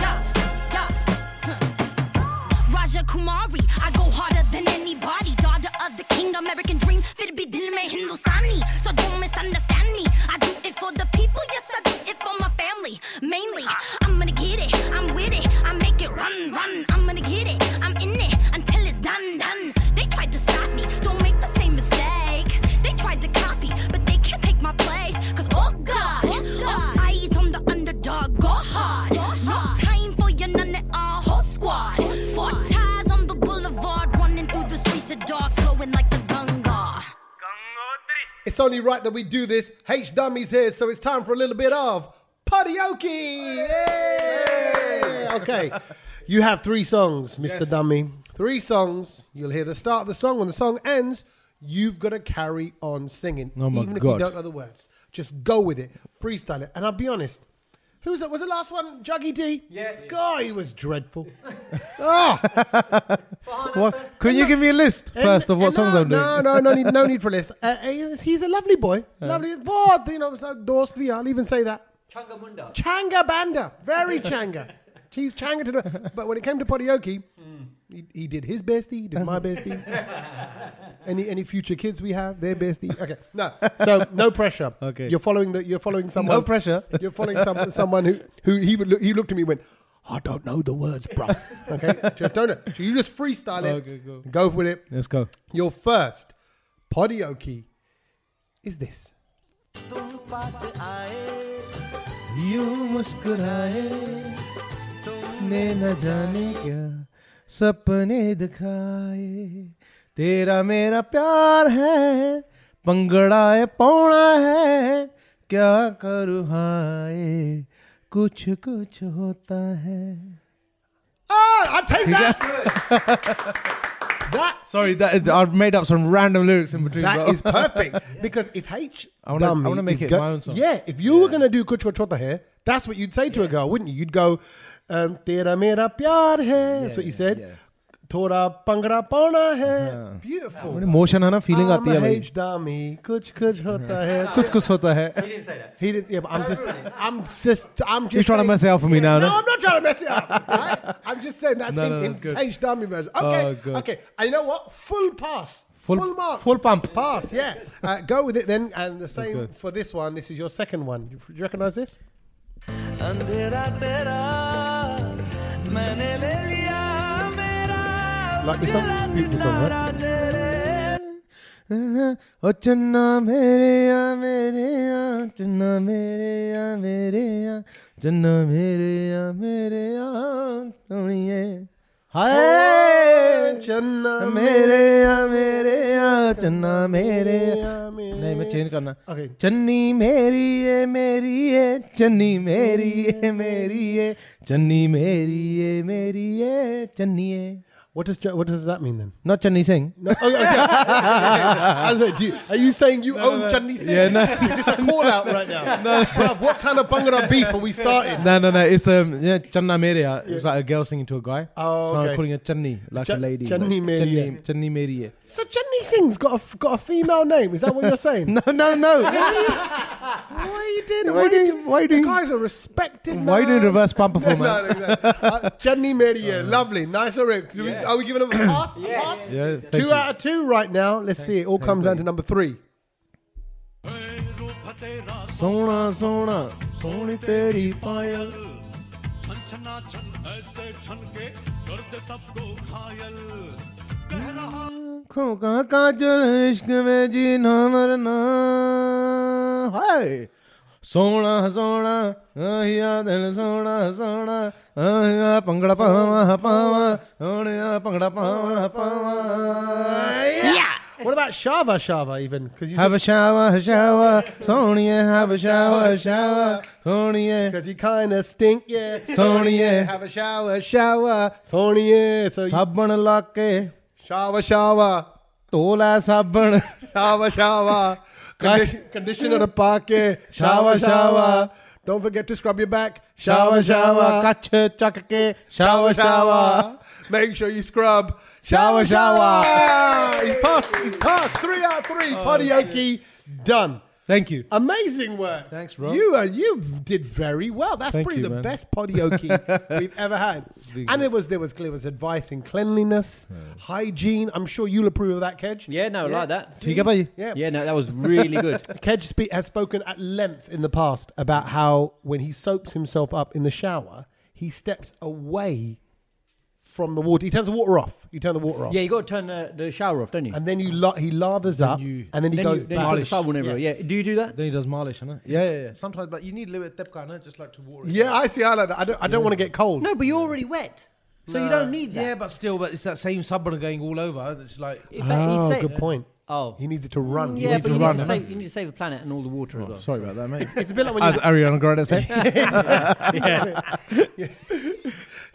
Raja Kumari. I go harder than anybody. Daughter of the king, American dream. Fit be dil mein Hindustani. So don't misunderstand me. I do it for the people. Yes, I do it for my family. Mainly, I'm gonna get it. I'm with it. I make it run, run. I'm gonna get it. I'm in it until it's done, done. They tried to stop me. Don't make the same mistake. They tried to copy, but they can't take my place. Cause oh God, all eyes on the underdog. Go hard. No time for your none at all. Whole squad. Four ties on the boulevard, running through the streets of dark, flowing like the Ganga.
It's only right that we do this. H Dummy's here, so it's time for a little bit of Podioki. Yeah. Okay. You have three songs, Mr. Dummy. Three songs. You'll hear the start of the song. When the song ends, you've got to carry on singing.
Oh my
even if you
God.
don't know the words. Just go with it. Freestyle it. And I'll be honest. Who was that? Was the last one Juggy D? Yeah. God, he was dreadful. (laughs) Ah.
(laughs) What? Could you give me a list first of what
And
songs
no,
I'm doing?
No, no, no need, no need for a list. Uh, uh, he's a lovely boy, lovely boy. You know, so dost vi, I'll even say that.
Changamunda.
Changa Banda, very Changa. He's Changa to the. But when it came to Podioki, he, he did his bestie, he did
(laughs)
my bestie. any any future kids we have, their bestie. Okay, no, so no pressure.
Okay.
you're following the. You're following someone.
No pressure.
You're following some, someone who who he would look, he looked at me and went. I don't know the words, bro. Okay, just don't know. So you just freestyle it,
Okay, cool.
go with it,
Let's go.
your first podioki is this.
तुम पास आए
you मुस्कुराए तुमने न जाने क्या सपने दिखाए तेरा मेरा प्यार है पंगड़ा है पौड़ा है क्या करूँ हाय कुछ कुछ होता है
Oh, I
(laughs)
take that. that
Sorry, that is, I've made up some random lyrics in between.
that
bro. (laughs)
is perfect because if H,
I wanna- I
Dummy
wanna make
is
it my own song.
Yeah, if you were gonna do Kuch Chota here, that's what you'd say to a girl, wouldn't you? You'd go, um, "Tera mera pyar hai." that's what you
yeah,
said.
yeah. Uh-huh.
"Thoda pangra pauna hai."
Ah,
Beautiful.
emotion है ना feeling
I'm
आती है
a
भाई
H dummy. Kuch kuch hota
(laughs)
hai.
कुछ कुछ होता है
He didn't say that.
He didn't. Yeah, but I'm just. I'm just. I'm just.
You're trying to
saying-
mess it up for me now,
No,
no?
I'm not trying to mess
(laughs)
it up. right? I'm just saying that's
No,
in,
no,
in
that's good.
H dummy version. Okay.
God.
okay. And you know what? Full pass. Full,
Full-
mark.
full pump.
Pass. Yeah. Uh, go with it then. And the same
good.
for this one. This is your second one. Do you recognize this?
अंधेरा तेरा मैं
Like this song? Beautiful song, right?
ओ चन्ना मेरे या मेरे या चन्ना मेरे या मेरे या चन्ना मेरे या मेरे या सोनिए हाय
चन्ना
मेरे या मेरे या चन्ना मेरे या
मेरे
नहीं मैं चेंज करना
Okay.
चन्नी मेरी ये मेरी ये चन्नी मेरी ये मेरी ये चन्नी मेरी ये मेरी ये चन्नी ये
What does jo- what does that mean then?
Not Channi Singh
No, oh, yeah, okay. (laughs) I was like, do you, are you saying you own Chandi Singh?
Yeah, no.
Is this a call out
(laughs)
right now? Bruv, what kind of bangara beef are we starting?
No, no, no. It's um, yeah, Channa Meri. uh, It's like a girl singing to a guy.
Oh,
so
okay.
I'm calling her Channi, like a
Chan-
lady.
Channi
like,
Meri, yeah.
Channi, Channi Meri. yeah.
So Chandi Singh's got a f- got a female name. Is that what you're saying?
(laughs) No, no, no.
Why are you doing?
Why do you- why do
the
you-
guys are respected?
Why you
man.
doing reverse bumper for,
No,
man?
no, no. Uh, Chandi Meri, yeah, lovely, nice lyric. Do we- Are we giving them a pass? Pass?
Yeah, thank
Two
you.
out of two right now. Let's see. It all comes down to number three.
Sona, Sona, Soni Teri Payal. आँखों का काजल इश्क में जीना मरना हाय सोना सोना आहिया दिल सोना सोना आहिया पंगड़ा पावा पावा सोनिया पंगड़ा पावा पावा
What about Shava Shava even? Because you
Have a shower, shower, Sonia, have a shower, shower, Sonia.
Because you kind of stink, yeah.
Sony, yeah.
Have a shower, shower. Sony, yeah. So you
साबण लाके
shower, shower.
तोला साबण
Shower, shower. Condi- conditioner to pocket. Shower, shower. Don't forget to scrub your back.
Shava Shava Kutch चक के Shava
Shower,
Shava
shower. Make sure you scrub.
Shower, shower.
He's passed. He's passed. Three out of three. Podioki done.
Thank you.
Amazing work.
Thanks, Rob.
You uh, you did very well. That's
Thank
probably
you,
the
man.
best
(laughs)
podioki we've ever had.
pretty
And
good.
it was there was there was advice in cleanliness, hygiene. I'm sure you'll approve of that, Kedge.
Yeah, no, like that.
ठीक है भाई
Yeah.
Yeah, no, that was really good.
Kedge spe- has spoken at length in the past about how when he soaps himself up in the shower, he steps away from the water. He turns the water off. You turn the water off.
Yeah, you got to turn the, the shower off, don't you?
And then you la- he lathers up,
you-
and then he
then
goes
you, then you put the
back.
towel over it, yeah. Do you do that?
Then he does Marlish, isn't it? Yeah, yeah, yeah. Sometimes, but you need a little bit of depth, kind of, just like to water it.
yeah, I see. I like that. I don't. I don't want to get cold.
No, but you're already wet, so you don't need that.
Yeah, but still, but it's that same suburban going all over. It's like
It- but he
Oh,
said-
good point.
Oh.
He needs it to run. He
yeah,
needs
but
it
you
to
need,
run.
to save, you need to save the planet and all the water as well.
sorry about that, mate.
It's a bit like when
As
you,
Ariana Grande said,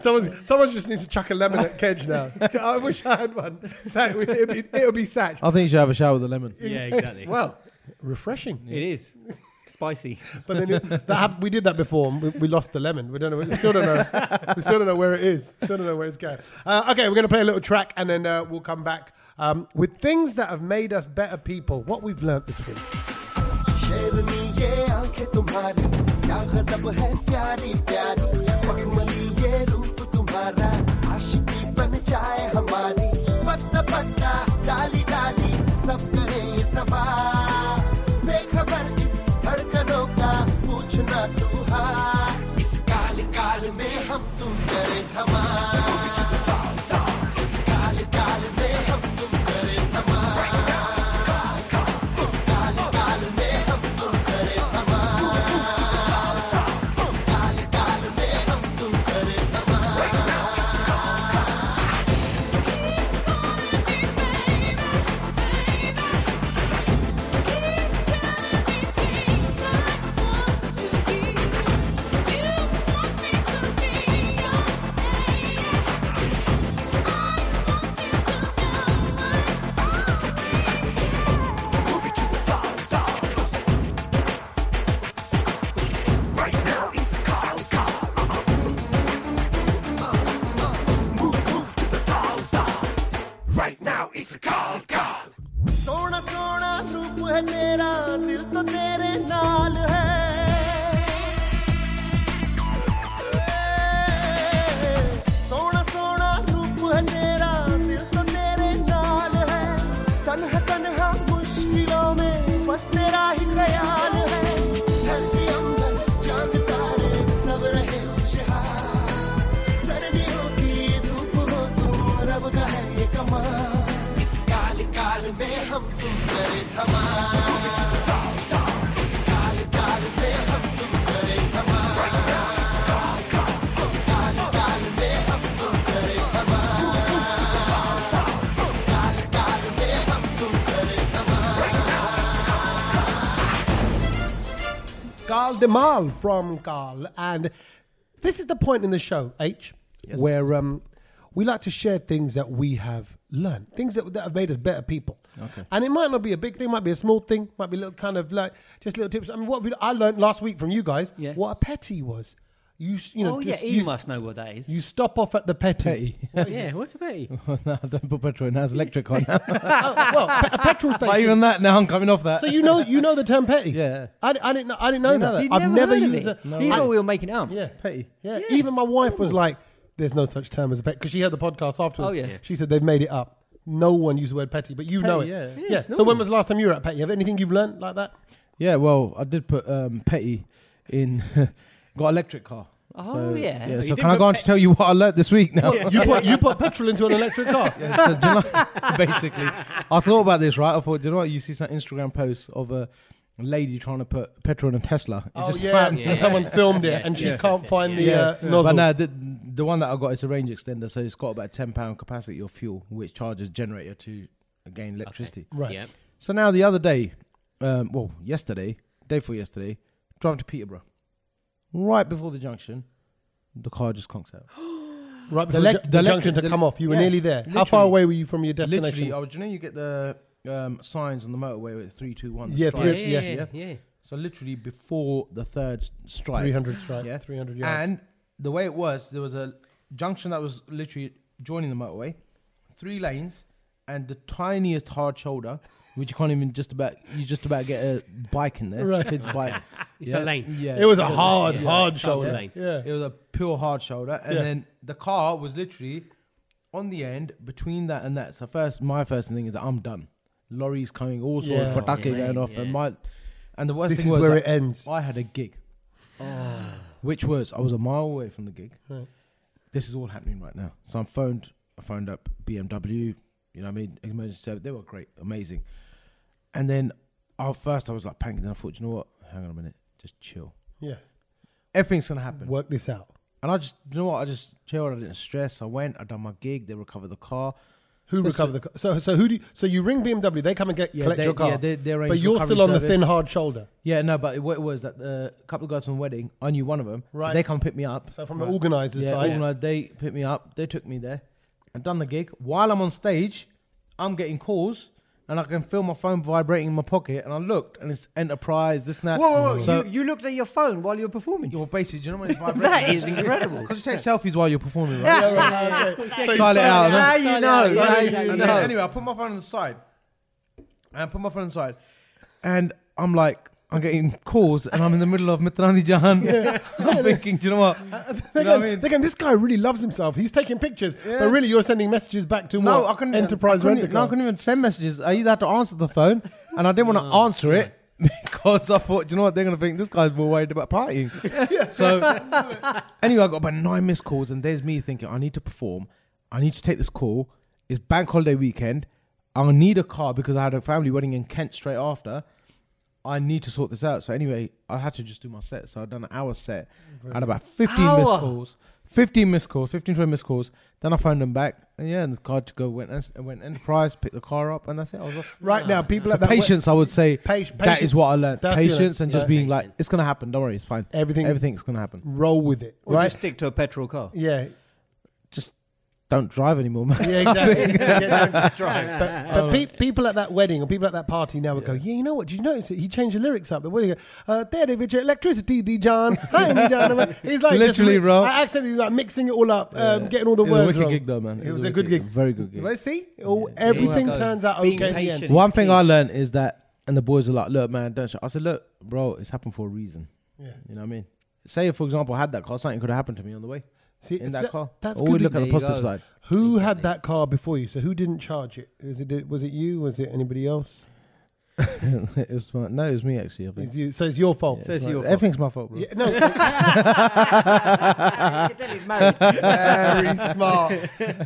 someone, someone just needs to chuck a lemon at Kedge
(laughs)
now. I wish I had one. Sach, it would be, it would be Satch.
Oh,
I think you should have a shower with a lemon.
Yeah, exactly.
Well, refreshing.
It is (laughs) spicy.
But then it, that happened, we did that before and we, we lost the lemon. We don't know. We still don't know. we still don't know where it is. Still don't know where it's going. Uh, okay, we're going to play a little track and then uh, we'll come back um, with things that have made us better people. What we've learnt this week.
शेरनी ये आंखें तुम्हारी क्या गजब है प्यारी प्यारी मखमली ये रूप तुम्हारा आशिकी बन जाए हमारी पत्ता पत्ता डाली डाली सब करे ये सवाल बेखबर इस धड़कनों का पूछना तू हाल इस काल काल में हम तुम करे धमाल इस काल काल में हम तुम करे धमाल इस काल काल इस काल काल में हम तुम करे धमाल इस काल काल में हम तुम करे धमाल सोना सोना रूप है तेरा दिल तो तेरे नाल है सोना सोना रूप है तेरा दिल तो तेरे नाल है तन्हा तन्हा मुश्किलों में बस तेरा ही ख्याल है धरती अंबर चांद तारे सब रहे खुशहाल सर्दियों की धूप हो तू तो रब का है ये
Carl Demal from Carl. And this is the point in the show, H, where um, we like to share things that we have learned, things that, that have made us better people. Okay. And it might not be a big thing, might be a small thing, might be little kind of like just little tips. I mean, what we, I learned last week from you guys,
Yeah.
what a petty was. You, s- you know,
oh yeah,
just-
he
you,
must know what that is.
you stop off at the petty.
yeah, what's a petty?
(laughs) no, don't put petrol in. That's electric on.
well, pe- a (laughs) petrol station.
But even that, now I'm coming off that.
so you know, you know the term (laughs) petty.
Yeah.
I, I didn't know. I didn't know
know
that.
that?
I've never,
heard of
used
it.
it.
You thought we were making it up.
Yeah.
petty.
Yeah. Even my wife was like, "There's no such term as a petty," because she heard the podcast afterwards.
Oh, yeah.
She said they've made it up. No one used the word petty, but you know it.
Petty, yeah.
yeah. So when was the last time you were at petty? Have anything you've learnt like that?
Yeah, well, I did put um, petty in. (laughs) got electric car.
Oh,
So,
yeah.
yeah
you
so
did
can I
put
go on
pet-
to tell you what I learnt this week now?
You put you put petrol into an electric car.
(laughs) So, do you know- (laughs) basically, I thought about this, right? I thought, do you know what? You see some Instagram posts of a lady trying to put petrol in a Tesla. It
Oh
just (laughs)
yeah,
found-
and someone's filmed it, and she can't find the uh, nozzle.
But no, the, the one that I got is a range extender, so it's got about ten pound capacity of fuel, which charges generator to gain electricity.
Right.
Yeah.
So now the other day, um, well, yesterday, day before yesterday, driving to Peterborough, right before the junction, the car just conks out.
Right
The
before the,
elec- the
ju- the junction
electric-
to
the-
come off, you were
yeah,
nearly there. How far
literally.
away were you from your (gasps) destination?
Literally, I was, you know, you get the um, signs on the motorway with three, two, one. the
Yeah,
strike.
three-
Yeah,
yeah.
yeah, yeah.
So literally before the third strike,
300 strike, 300 yards.
And the way it was, there was a junction that was literally joining the motorway, three lanes, and the tiniest hard shoulder, which you can't even just about you just about get a bike in there,
Right.
kid's bike.
(laughs) It's a lane.
Yeah,
It was a hard, hard
Yeah.
shoulder.
Lane.
Yeah.
it was a pure hard shoulder, and
Yeah.
then the car was literally on the end between that and that. So first, my first thing is that I'm done. Lorries coming, all sorts,
Yeah.
of Patake going off, and my and the worst
This
thing
is
was
where
that
it ends.
I had a gig, which was I was a mile away from the gig. This is all happening right now. So I'm phoned. I phoned up BMW. You know, what I mean, emergency service. They were great, amazing. And then, I first I was like panicking. Then I thought, you know what? Hang on a minute, just chill.
Yeah.
Everything's gonna happen.
Work this out.
And I just, you know what? I just chilled. I didn't stress. I went. I done my gig. They recovered the car.
Who recover the car? So so who do you, so you ring BMW? They come and get
Yeah,
collect
they-
your car.
yeah, they- they arrange
but you're
recovery
still on the
service.
thin hard shoulder.
Yeah, no, but it, what it was that the couple of guys from the wedding, I knew one of them.
Right.
So they come pick me up.
So from the organizer's
yeah,
side,
organi- they picked me up. They took me there. I done the gig. While I'm on stage, I'm getting calls. And I can feel my phone vibrating in my pocket, and I looked, and it's enterprise, this and that.
Whoa, whoa, whoa!
So
you, you looked at your phone while you were performing.
you're basically, do you know what it's vibrating?
That
(laughs)
is incredible.
Because you take selfies while you're performing, right?
(laughs) Yeah, right, okay. So you
Style it
start-
out. no?
now you know. Now
And
you
then-
know.
anyway, I put my phone on the side. And I put my phone on the side. And I'm like, I'm getting calls and I'm in the middle of Mitrani Jahan. (laughs) I'm thinking, do you know what?
They're
You know what I
going,
mean?
they're going, this guy really loves himself. He's taking pictures, but really you're sending messages back to
No,
what?
I couldn't.
Enterprise
I couldn't,
rent
no, I
car.
couldn't even send messages. I either had to answer the phone and I didn't want to answer it (laughs) because I thought, do you know what? They're going to think this guy's more worried about partying. So, anyway, I got about nine missed calls and there's me thinking, I need to perform. I need to take this call. It's bank holiday weekend. I need a car because I had a family wedding in Kent straight after. I need to sort this out. So anyway, I had to just do my set. So I'd done an hour set. I had about 15 missed
Hour?
calls. 15 missed calls, 15, 20 missed calls. Then I phoned them back. And yeah, and the car to go went, I went enterprise, picked the car up, and that's it. I was off.
Right now, people at that we-
Patience, I would say.
Pati-
that
patience.
is what I learned.
That's what you
patience
learned.
and just
Yeah.
being like, it's going to happen. Don't worry, it's fine.
Everything-
Everything's going to happen.
roll with it,
Or
right?
just stick to a petrol (laughs) car.
yeah,
Just don't drive anymore,
(laughs)
man. (laughs)
Yeah, exactly. Yeah, don't drive. But,
Oh,
but pe- people at that wedding or people at that party now would go, yeah, you know what? Did you notice it? He changed the lyrics up. The wedding, uh, there they your electricity,
(laughs)
D John. Hi, D John. He's like, just
Literally, bro.
I accidentally like mixing it all up, um, getting all the
It was a
words
wicked
wrong.
gig though, man.
It, was, a good gig.
Very good gig.
Let's see. All, everything
Yeah.
turns out
Being
okay in the
patient.
end.
One thing I learned is that, and the boys are like, look, man, don't shout. I said, look, bro, it's happened for a reason.
Yeah.
You know what I mean? Say, if, for example, I had that car, something could have happened to me on the way
See,
in that,
it's-
car.
That's
Always
good.
look at
There
the
you
positive
go.
side. (laughs)
Who had that car before you? So who didn't charge it? Is it was it you? Was it anybody else?
it was my, no, it was me actually. I think.
It's you- so it's your fault.
It's
it's
my- (laughs)
your fault.
everything's my fault, bro.
Yeah, no, very smart.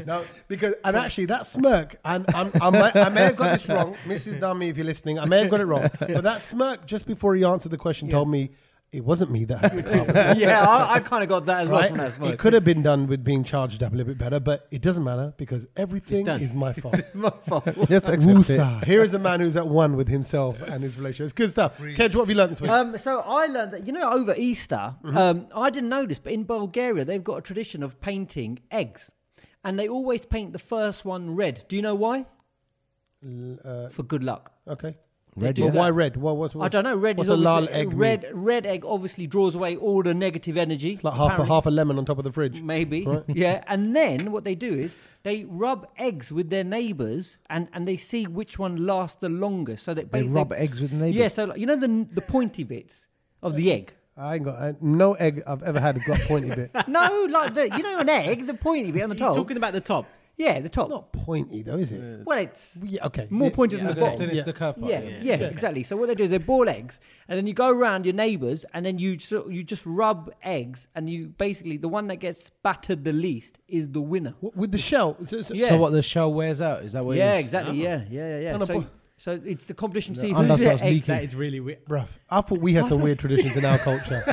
No, because and actually that smirk, and I'm, I, may, I may have got this wrong, Mrs. Dummy, if you're listening, I may have got it wrong. But that smirk just before he answered the question told me it wasn't me that had the
(laughs)
car.
(laughs) yeah, I, I kind of got that as well
Right?
from that smoke.
It could have been done with being charged up a little bit better, but it doesn't matter because everything
done.
is my
(laughs)
fault.
My fault.
Let's accept it.
Woosa. Here is a man who's at one with himself and his relationship. It's good stuff. Kedge, what have you learned this week?
Um, so I learned that you know over Easter, um, I didn't know this, but in Bulgaria they've got a tradition of painting eggs, and they always paint the first one red. Do you know why? For good luck.
okay.
Red,
Well,
yeah.
why red? What, what's,
I don't know. Red
what's
is
a lal
obviously-
egg mean?
Red red egg obviously draws away all the negative energy.
It's like half a,
Apparently-
half a lemon on top of the fridge.
Maybe. (laughs) Yeah. And then what they do is they rub eggs with their neighbours and, and they see which one lasts the longest. So that
They rub eggs with neighbours?
Yeah. So like, you know the the pointy bits of the egg.
I ain't got uh, no egg I've ever had has got pointy bit.
(laughs) No, like the you know an egg, the pointy bit on the
You're
top.
talking about the top.
yeah, the
(laughs)
top.
Not pointy though, is it?
well, it's
Yeah, okay.
more
Yeah.
pointed than the bottom.
Then it's
Yeah.
the curve part.
Yeah, yeah, exactly. So what they do is they boil eggs, and then you go around your neighbours, and then you so you just rub eggs, and you basically the one that gets battered the least is the winner.
W- With the shell. So, so-
Yeah.
So what the shell wears out is that what? it
Yeah,
is?
exactly. Yeah, yeah, yeah.
And
yeah.
a
So,
bo-
so it's the competition. to See
unless
who's the
that's
egg
leaking.
That
that is
is really weird.
Bruv, I thought we had some weird traditions in our
(laughs)
culture.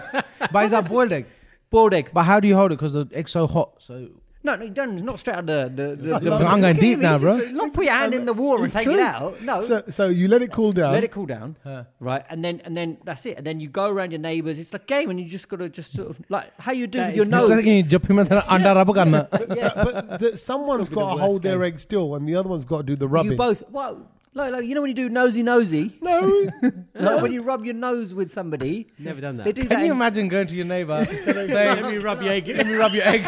But is that boiled egg?
boiled egg.
But how do you hold it? Because the egg's so hot. So
No, no, you don't. Not straight out the the. the, the
Look, I'm going deep now, bro.
not put your hand in the water and
It's
take
true.
it out. No,
So, so you let it cool down.
Let it cool down, right? And then and then that's it. And then you go around your neighbours. It's like game, and you just gotta just sort of like how you do
That
with
is
your
bizarre.
nose.
Instead of getting your pimenta, अंडा rub (laughs) करना.
So- but the, someone's got to hold their egg still, and the other one's got to do the rubbing.
You both well, like, like you know when you do nosy nosy.
No,
Like when you rub your nose with somebody.
Never done that.
They do that.
Can you
(laughs) in-
imagine going to your (laughs) neighbour saying,
Let me rub your egg.
"Let me rub your (laughs) egg.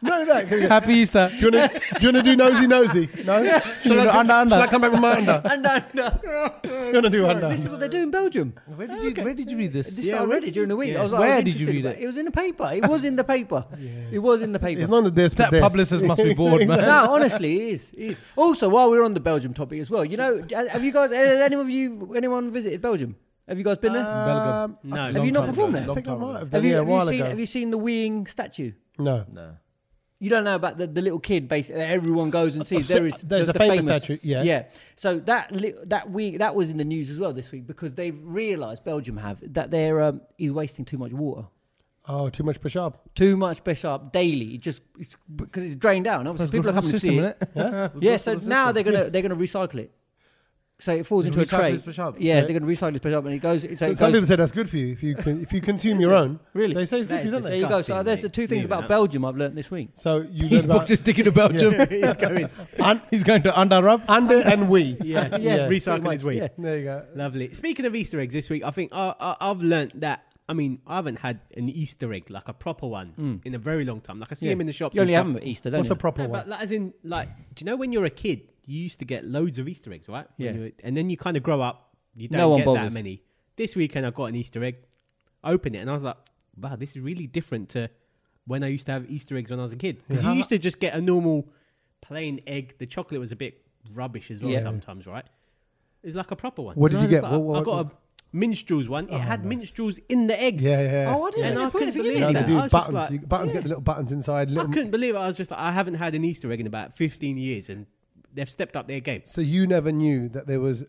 no, that. Do
Happy Easter."
you want to do, you wanna do nosy nosy?
(laughs)
No. Shall,
do
I,
under, under?
shall I come back with my
(laughs)
under?
I don't know.
You want to do under?
This is what they do in Belgium.
Where did you Where did you read this?
This I read it during the week. I was like,
Where
I was
did you
interested
read
about
it?
It was in the paper. It was in the paper. It was in the paper.
It's none of this.
That
but this.
publicist must be bored, man.
(laughs) no, honestly, it is. It is. Also, while we're on the Belgium topic as well, you know, have you guys, has anyone of you, anyone visited Belgium? Have you guys been there?
Um,
No,
have you not performed
I
there?
think I might have.
Have you,
yeah, a
have, you
while
seen,
ago.
have you seen the weeing statue?
no.
You don't know about the, the little kid basically that everyone goes and sees.
so-
There is
there's
the,
a
the
famous statue, yeah.
yeah. So that li- that week that was in the news as well this week because they've realised Belgium have that they're um, he's wasting too much water.
Oh, too much push up.
(laughs)
too much press up daily. It just it's because it's drained out. And obviously, people are coming to see (laughs) it. Yeah, so now they're gonna they're gonna recycle it. So it falls into a
recycle
tray.
his push-up?
Yeah, they're gonna recycle his push up, and it goes. So,
So
it
some
goes
people say that's good for you if you con- if you consume your
(laughs)
own.
really,
They say it's good for you, don't
there
they?
you go. So
disgusting,
there's the two things
Leave
about
that.
Belgium I've learnt this week.
So
(laughs)
you
He's
learn about
booked his ticket to Belgium.
He's going.
un-
He's going to under rub.
under and we.
(laughs) Yeah, yeah.
(laughs) Yeah.
Recycle his week.
There you go.
Lovely. Speaking of Easter eggs this week, I think I, I, I've learnt that. I mean, I haven't had an Easter egg like a proper one in a very long time. Like I see
Hmm. Yeah.
them in the shops.
You
and
only have
stuff.
them at Easter, don't
What's
you?
a proper
No,
one?
but like, as in, like, do you know when you're a kid, you used to get loads of Easter eggs, right? When
Yeah.
you were- and then you kind of grow up, you don't
No one
get
bothers.
that many. This weekend, I got an Easter egg, I opened it, and I was like, wow, this is really different to when I used to have Easter eggs when I was a kid. Because you used to just get a normal plain egg. The chocolate was a bit rubbish as well
Yeah.
sometimes, right? It's like a proper one.
What did
And
you
I was
get?
like,
What- what-
I got
what- Oh,
a minstrels one. It had minstrels in the egg.
Yeah, yeah.
Oh, I didn't
And
know
I
they put
couldn't
anything
believe
in
No,
it.
they
that.
do
I was just
buttons.
like,
you, buttons get the little buttons inside.
I
Little,
couldn't believe it. I was just like, I haven't had an Easter egg in about 15 years, and they've stepped up their game.
so you never knew that there was.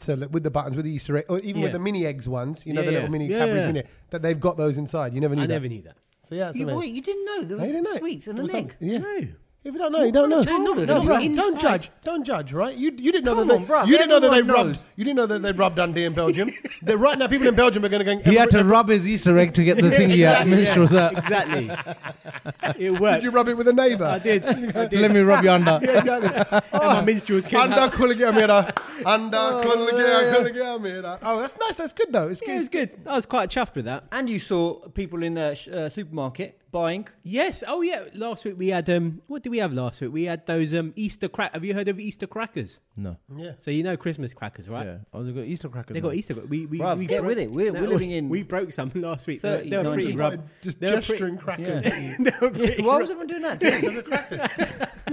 So like with the buttons, with the Easter egg, or even with
Yeah.
the mini eggs ones, you know
Yeah,
the little
yeah.
mini
Yeah,
Cadbury's
yeah.
mini, that they've got those inside. You never knew
I
that.
never knew that.
So yeah, it's
You,
amazing.
wait, you didn't know there
No, you didn't know.
was sweets and
There
an
was some-
egg.
Yeah.
No.
If you don't know, you don't know.
No, no,
No,
no,
bro,
you're
don't
inside.
judge. Don't judge, right? You you didn't know
Come
that
on,
they,
bro,
you didn't know that they
everyone
rubbed
knows.
you didn't know that they rubbed Dundee in Belgium. they right now people in Belgium are going to go.
He had to rub his Easter egg to get the thingy out. Minstrels
(laughs)
out.
Exactly. (laughs) it
Did
worked.
you rub it with a neighbour?
(laughs) I did. I did.
Let me rub your under.
Yeah, exactly. Oh.
my minstrels came
Under
out.
Kuligamira. Under Kuligamira. Oh, that's nice. That's good, though. It's
Yeah,
good.
it was good. I was quite chuffed with that.
And you saw people in the sh- uh, supermarket buying.
Yes. Oh yeah. Last week we had um. What did we have last week? We had those um Easter crack. Have you heard of Easter crackers?
No.
So you know Christmas crackers, right?
Yeah. Oh, they got Easter crackers.
They
now.
got Easter. crackers. We we,
Bruv,
we
get
broke-
with it. We're- we're living
we-
in
We broke some (laughs) last week. They-
30,
they were pretty
90.
rough.
Just
They were
gesturing crackers.
pretty- they were pretty
(laughs) Why
rough.
was everyone doing that? (laughs) Damn.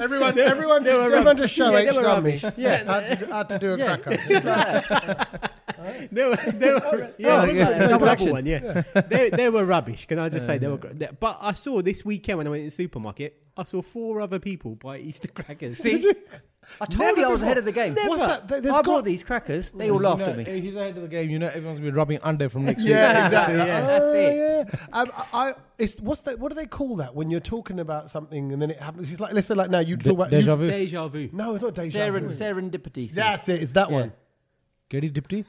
Everyone, everyone, just, everyone just show
Yeah,
H
they were
dummy.
rubbish.
Yeah, I had to, do- I had to do a
Yeah,
cracker.
just like that.
(laughs) They were, they were, yeah, (laughs)
oh,
it was
(laughs) yeah.
like
Double
the double
action.
one, yeah. (laughs) they, they were rubbish. Can I just say they were? gr- they- But I saw this weekend when I went in the supermarket, I saw four other people buy Easter crackers. See,
I told you I was ahead of the game.
What's that? There- there's
I
got-
bought these crackers. They all laughed
You know,
at me.
eh, He's ahead of the game. You know, everyone's gonna be rubbing under from next week.
Yeah, exactly.
Yeah,
Like,
that's
oh,
it.
Yeah. Um, I, I, it's what's that? What do they call that when you're talking about something and then it happens? It's like let's say like now you
De-
talk about
deja
you-
vu.
deja vu.
No, it's not deja
Seren-
vu.
serendipity. thing. (laughs)
That's it. It's that one.
Gary Dipti.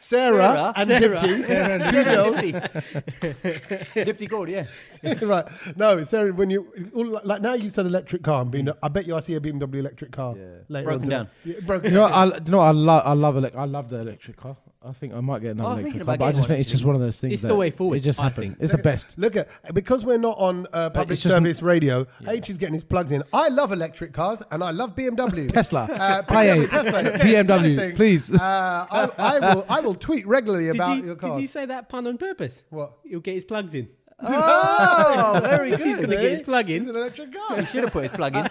Sarah,
Sarah.
and
Sarah.
Dipti, two girls. (laughs)
(laughs) Dipty gold, yeah.
right? No, Sarah. When you all, like like now you said electric car and being, I bet you I see a BMW electric car later
Broken
on
down.
today. Yeah, broken
you know, what, I, you know, what, I love, I love, elec- I love the electric car. I think I might get
I
another
was
electric
thinking
car,
about
but I
getting
just
one,
think it's just one of those things.
It's the
that
way forward,
It just
I
happened.
think.
It's the best.
Look at because we're not on uh, public
it's just-
service radio. H is getting his plugs in. I love electric cars and I love
(laughs)
BMW,
Tesla.
uh,
I hate
Tesla, yes,
BMW,
that's it.
please.
Uh, I, I will. I will tweet regularly
Did
about
you,
your
did
cars.
you say that pun on purpose?
What?
You'll get his plugs in.
Oh,
(laughs)
very good.
He's going to get his plug
It's
in.
an electric car.
Should have put his plug (laughs) in.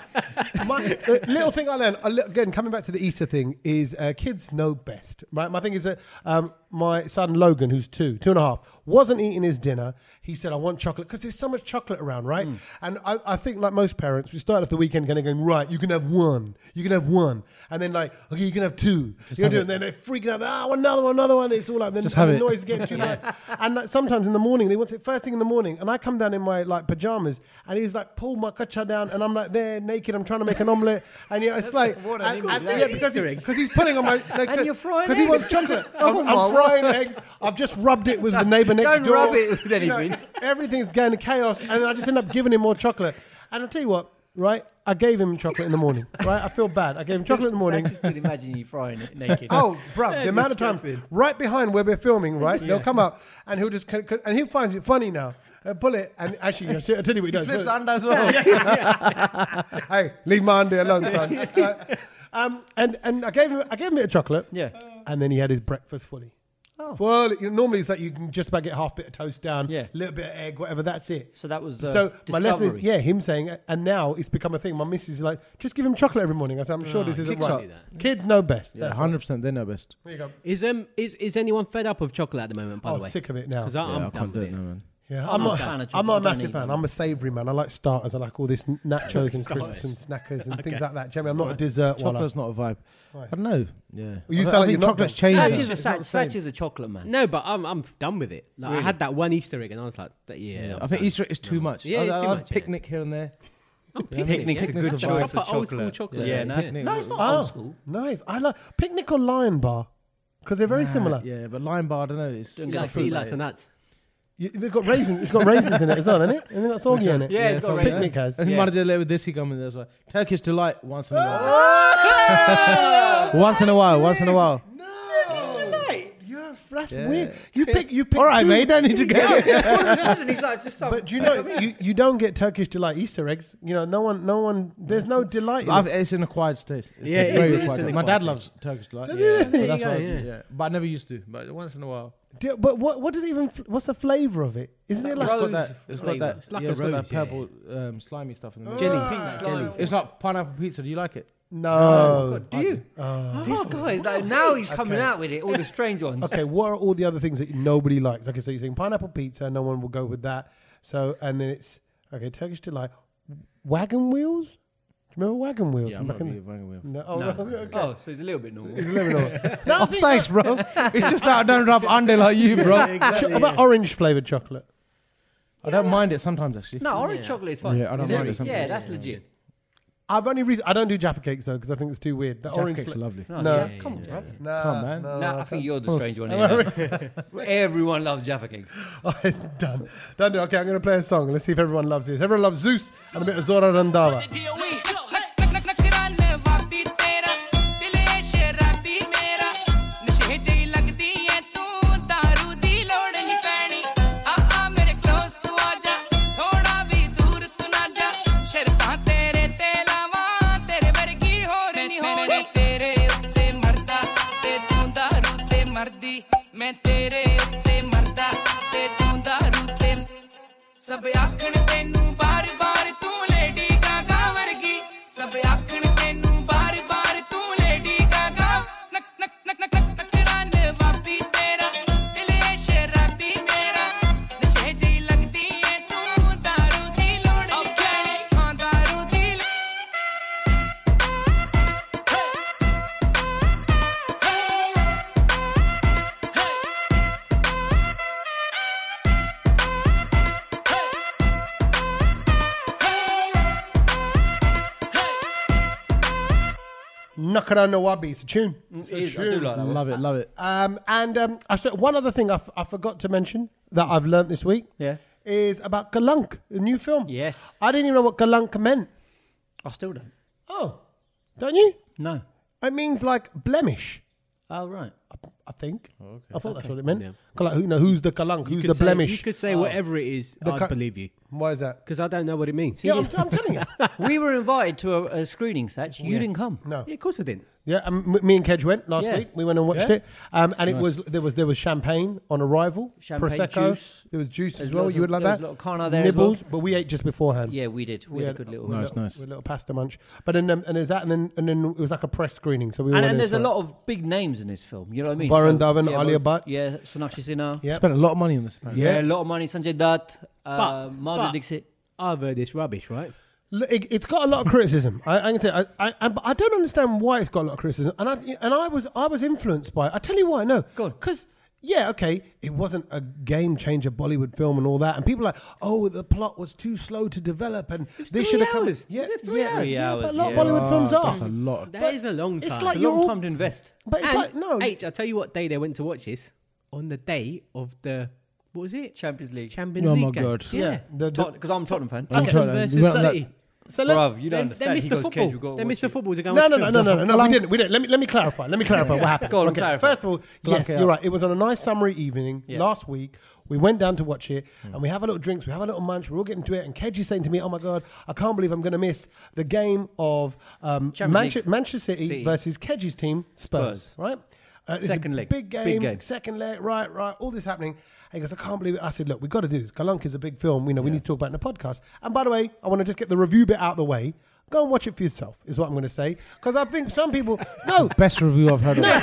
My, the little thing I learned a li- again coming back to the Easter thing is uh, kids know best, right? My thing is that um, my son Logan, who's two, two and a half, wasn't eating his dinner. He said, "I want chocolate," because there's so much chocolate around, right?
Mm.
And I, I think, like most parents, we start off the weekend kind of going, "Right, you can have one, you can have one," and then like, "Okay, you can have two, you can
have
do,"
it.
and then they're freaking out, "Ah, another one, another one." It's all like, then
Just
and
have
the
it.
noise is getting
(laughs)
too loud. And like, sometimes in the morning, they want it first thing in the morning, and I come down in my like pajamas, and he's like, pull my kacha down, and I'm like there naked, I'm trying to make an omelette, and yeah, it's like,
What an
and-
image
and-
that
yeah,
is.
because he-
Easter egg.
'cause he's putting on
(laughs)
my,
And you're frying
because he
eggs.
wants chocolate.
(laughs) Oh
I'm,
my
I'm frying eggs. I've just rubbed it with
(laughs)
the neighbor next
Don't
door.
rub it with
You know,
anything.
everything's going to chaos, and I just end up giving him more chocolate. And I tell you what, right? I gave him chocolate in the morning, right? I feel bad. I gave him chocolate in the
(laughs)
morning.
I just did imagine you frying it naked.
Oh, bruv, the amount of times
disgusting.
right behind where we're filming, right? They'll come up and he'll just c- c- and he finds it funny now. Uh, pull it and actually, I tell you what he does.
Flips
Pull it.
under as
(laughs)
well.
Hey, leave my under alone, son. Right. um, and and I gave him I gave him a bit of chocolate.
Yeah.
And then he had his breakfast fully.
Oh.
Well, you know, normally it's like you can just about get half bit of toast down,
Yeah.
little bit of egg, whatever. That's it.
So that was, uh,
so my lesson is
discovery.
yeah, him saying, and now it's become a thing. My missus is like, just give him chocolate every morning. I said, I'm sure this isn't
kids can't
right.
do that.
Kids know best.
Yeah,
That's all.
100%. They're no best.
There you go.
Is um is is anyone fed up of chocolate at the moment? By
Oh,
the way,
sick of it now.
Because
Yeah,
I'm
I
done
can't do
with
it
it.
now, man.
Yeah,
I'm
I'm,
not
not.
a fan of
I'm not a
chocolate. I don't
massive
eat
fan.
them.
I'm a savoury man. I like starters. I like all
(laughs)
this n- nachos and crisps and snackers and things like that. Jeremy, I'm not a dessert one.
Chocolate's not a vibe. I don't know. Yeah.
you
I-
sound
I
like
think
you're not
chocolate's
done.
changed.
Satch
now.
is a Satch. Satch is a chocolate man.
No, but I'm I'm done with it. Like, I had that one Easter egg, and I was like, that- yeah.
Yeah,
I'm
I think
done.
Easter egg is too much.
Yeah, it's
I,
too
I,
much, yeah.
Picnic here and there. Yeah,
Picnic's a
picnic's
good
a vibe.
choice
of Proper old school chocolate.
Yeah,
Yeah, nice.
picnic-
No, it's not
Oh,
old school.
nice. I like picnic or lion bar because they're very similar.
Yeah, but lime bar, I don't know. It's
It's
it's
like
fruit,
sea lights
mate.
and nuts.
You, they've got raisins. It's got raisins in it as well, isn't it? And then that's soggy in it.
Yeah, it's
it's
got
got
raisins.
picnic has.
And
Yeah.
Mother did it with desi gum in there as well. Turkish delight once in a while. once in a while, once in a while.
Yeah, that's
Yeah.
weird. You pick. You pick.
All right,
two-
mate, don't need to go.
All of a sudden, he's like, just some.
But do
(laughs)
you know it's- you, you don't get Turkish delight Easter eggs? You know, no one, no one. There's no delight. in
(laughs)
it.
I've, it's an acquired taste. It's a
Yeah, it
very
is, it's
acquired
an
taste. My
acquired
dad loves Turkish delight.
Does he
yeah,
really?
but
There you
that's
go,
what I-
yeah.
yeah, but I never used to. But once in a while,
Do- but what? What does it even? What's the flavour of it? Isn't it like
it's got
Rose
that. It's got
flavour.
that.
It's like
yeah,
a
it's got
rose,
that
yeah.
purple um, slimy stuff in the middle. Oh.
Jelly, pink jelly.
It's like pineapple pizza. Do you like it?
no?
do you? this guy is like, now he's coming
Okay.
out with it, all the strange ones.
Okay, what are all the other things that nobody likes? Okay, so you're saying pineapple pizza, no one will go with that. So, and then it's okay, Turkish delight, wagon wheels. Do you remember wagon wheels?
Yeah, I'm
Back
not
in-
really banging with.
no, oh, okay.
Oh, so he's a little bit normal.
It's a little bit
(laughs)
odd.
Oh, thanks, bro. it's just that I don't rub under like you, bro.
Cho- about orange flavored chocolate.
I don't mind it sometimes actually.
No, orange chocolate is fine.
Yeah, I don't
Is it-
mind it sometimes.
Yeah, that's legit.
I've only re- I don't do jaffa cakes though because I think it's too weird. The
Jaffa
orange
cakes
fla-
are lovely.
No,
No.
Jack, come on, bro.
Nah,
Come on,
(laughs)
man.
nah,
No, I think you're the strange one here. now. (laughs) Everyone loves Jaffa cakes.
done, done. deal. Okay, I'm gonna play a song. Let's see if everyone loves this. Everyone loves Zeus and a bit of Zora Randava.
ਤੂੰ ਦਾਰੂ ਦੀ ਲੋੜ ਨਹੀਂ ਪੈਣੀ ਆ ਆ ਮੇਰੇ close ਤੂੰ ਆ ਜਾ ਥੋੜਾ
ਸ਼ਰਤਾਂ ਤੇਰੇ ਤੇ ਲਾਵਾਂ ਤੇਰੇ ਵਰਗੀ ਹੋਰ ਨਹੀਂ ਹੋਣੀ ਤੇਰੇ ਉੱਤੇ ਮਰਦਾ ਤੇ ਤੂੰ ਦਾਰੂ ਤੇ ਮਰਦੀ ਮੈਂ ਤੇਰੇ ਉੱਤੇ ਮਰਦਾ ਤੇ ਤੂੰ ਦਾਰੂ ਤੇ ਸਭ ਆਖਣ ਤੈਨੂੰ ਬਾਰ-ਬਾਰ ਤੂੰ ਲੇਡੀ ਗਾਗਾ ਵਰਗੀ ਸਭ ਆਖਣ ਤੈਨੂੰ ਬਾਰ-ਬਾਰ ਤੂੰ ਲੇਡੀ ਗਾਗਾ ਨਕ ਨਕ ਨਕ ਨਕ ਨਕ ਨਕਰਾਨ ਵਾਪੀ ਤੇਰਾ ਦਿਲ ਏ ਸ਼ਰਾਬੀ ਮੇਰਾ ਨਸ਼ੇ ਜਿਹੀ ਲੱਗਦੀ ਏ ਤੂੰ ਦਾਰੂ ਦੀ ਲੋੜ ਨਹੀਂ ਕਹਿਣੀ ਹਾਂ ਦਾਰੂ ਦੀ ਲੋੜ
Nakara Nawabi. It's a tune. It's
It is, I do like that one.
Love it, love it.
Um, and um, I said- one other thing I, f- I forgot to mention that I've learnt this week
Yeah.
is about Kalank, the new film.
Yes.
I didn't even know what Kalank meant.
I still don't.
Oh, don't you?
No.
It means like blemish,
Oh, right.
I think. I thought that's what it meant. Kalunk, who- no, who's the Kalank? Who's
You
the
could say-
blemish? Oh.
You could say whatever it is, I'd
ca-
believe you.
Why is
(laughs)
that?
Because I don't know what it means.
Yeah, I'm, I'm telling you.
we were invited to a, a screening, Satch. You didn't come.
No.
Yeah, of course I didn't.
Yeah, um, m- me and Kedge went last
Yeah.
week. We went and watched
Yeah?
it, um, and it was there was there was champagne on arrival,
Champagne,
prosecco.
juice.
There was juice
There's
as well.
lots
You
of-
would like
there was
that.
a lot of carne there as well.
Nibbles, but we ate just beforehand.
Yeah, we did. We, had, a good little.
we had
Nice,
a-
nice.
we had A little pasta munch, but then um, and there's that, and then and then it was like a press screening. So we
And,
went
and
in,
there's a
so-
lot of big names in this film. You know what I mean?
Varun Dhawan,
yeah,
Ali
well,
Abad.
Yeah, Sonakshi Sinha.
Yeah.
Spent a lot of money on this. apparently.
Yeah.
Yeah, a lot of money. Sanjay Dutt, uh,
But-
Margaret
but-
Dixit.
I've heard this rubbish, right?
Look, It, it's got a lot of criticism. I, I can tell. you, I, I, I, but I don't understand why it's got a lot of criticism, and I and I was I was influenced by. it. I tell you why. No,
Go on.
because. Yeah, okay. It wasn't a game changer Bollywood film and all that, and people are like, "Oh, the plot was too slow to develop, and this
three
should have come."
hours.
Yeah,
Was it three
yeah,
hours?
yeah,
Three
but
hours,
a lot
yeah.
of Bollywood films
Oh,
are.
That's a lot. of-
That is a long time.
It's like
A
you're
long
all-
time to invest.
But it's
And
like no,
H, I tell you what day they went to watch this on the day of the what was it?
Champions League.
Champions
Oh
League.
my
game.
God.
yeah. The, the,
Because I'm a Tottenham fan.
I'm
Tottenham
trying to-
versus
we went on that-
City.
so let,
Bruv, you don't
They, they
understand.
missed
He
the
goes, "Kid,
football.
you gotta
they
watch
missed the
it."
football to go.
No,
and
no,
watch
no,
it.
no, no,
(laughs)
no, no. We didn't. We didn't. Let me let me clarify. Let me clarify what happened.
Go on, clarify.
First of all, yes,
out.
you're right. It was on a nice summery evening
Yeah. Hmm.
last week. We went down to watch it, and we have a little drinks. We have a little munch. We're all getting to it, and Kedge is saying to me, "Oh my god, I can't believe I'm going to miss the game of um,
Champions
Manche-
League.
Manchester City,
City.
versus Kedge's team, Spurs."
Spurs.
Right. Uh, it's a
Second leg.
Big game,
Big game.
Second leg. Right. Right. All this happening. And he goes, "I can't believe it." I said, "Look, we got to do this. Kalunk is a big film. You know, we need to talk about it in the podcast." And by the way, I want to just get the review bit out of the way. Go and watch it for yourself, is what I'm going to say. Because I think some people, (laughs) no,
Best review I've heard. of
Yeah,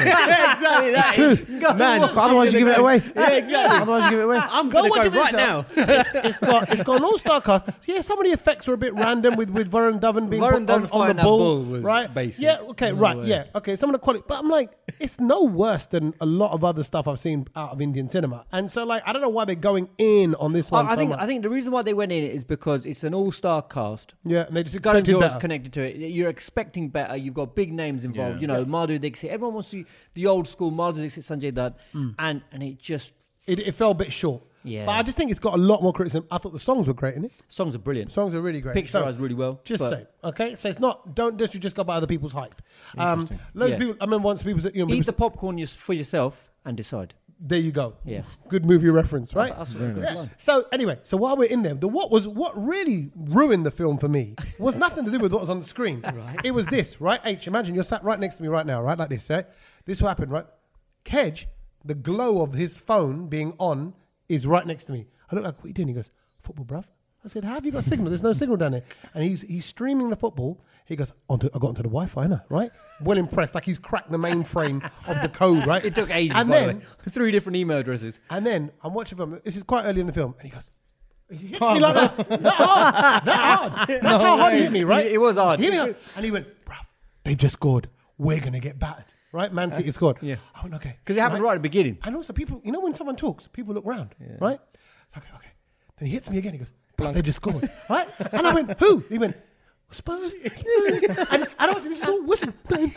exactly that.
True. Man, otherwise you give it away. Yeah, exactly. Otherwise you give it away.
(laughs) I'm
Go
gonna
watch
go
it
right now.
yourself. it's, it's got it's got an all star cast. Yeah, some of the effects were a bit random with with Varun Dhawan being
Varun
put on,
Dhawan
on the
fighting that
bull,
bull was
right?
basic.
Yeah, okay, right, yeah, okay. Some of the quality, but I'm like, it's no worse than a lot of other stuff I've seen out of Indian cinema. And so, like, I don't know why they're going in on this one.
I, I
so
think
much.
I think the reason why they went in is because it's an all-star cast.
yeah, and they just
Garden
expected
Girls
better.
connected to it. You're expecting better. You've got big names involved.
Yeah.
You know, Madhu Dixit. Everyone wants to the old school Madhu Dixit, Sanjay Dutt,
Mm.
and and it just
It, it fell a bit short.
Yeah.
but I just think it's got a lot more criticism. I thought the songs were great in it.
songs are brilliant.
Songs are really great.
Picturized really well,
Just
but-
say okay. So it's not. Don't just you just go by other people's hype. Um, loads of
Yeah.
people. I mean, once people, said, you know, people
Eat the
said-
popcorn yours- for yourself and decide.
There you go.
Yeah.
Good movie reference, right?
That's a good
Yeah.
line.
So anyway, so while we're in there, the what was what really ruined the film for me was nothing to do with what was on the
(laughs)
screen. Right. It was this, right? H, imagine you're sat right next to me right now, right? Like this, right? This will happen, right? Kedge, the glow of his phone being on is right next to me. I look like, what are you doing? He goes, football, bruv. I said, how have you got signal? There's no signal down there. And he's he's streaming the football. He goes, onto, I got onto the Wi-Fi, now, right? Well impressed, like he's cracked the mainframe of the
(laughs)
code, right?
It took ages.
And
by the
then
way. (laughs) three different email addresses.
and then I'm watching film. This is quite early in the film, and he goes. He hits me like that. That hard. That
(laughs)
hard. That's how hard he hit me, right?
It- it was hard.
He hit me hard. And he went, bruv, they've just scored. We're going to get battered. Right? Man City have scored.
Uh, yeah.
I went, okay.
Because it happened right at the beginning.
And also, people, you know, when someone talks, people look round, right? It's okay, okay. Then he hits me again. He goes, "Bruv, they just scored, right? And I went, who? He went, (laughs) Spurs. Spurs." and, and I was this is all (laughs) whisper. right?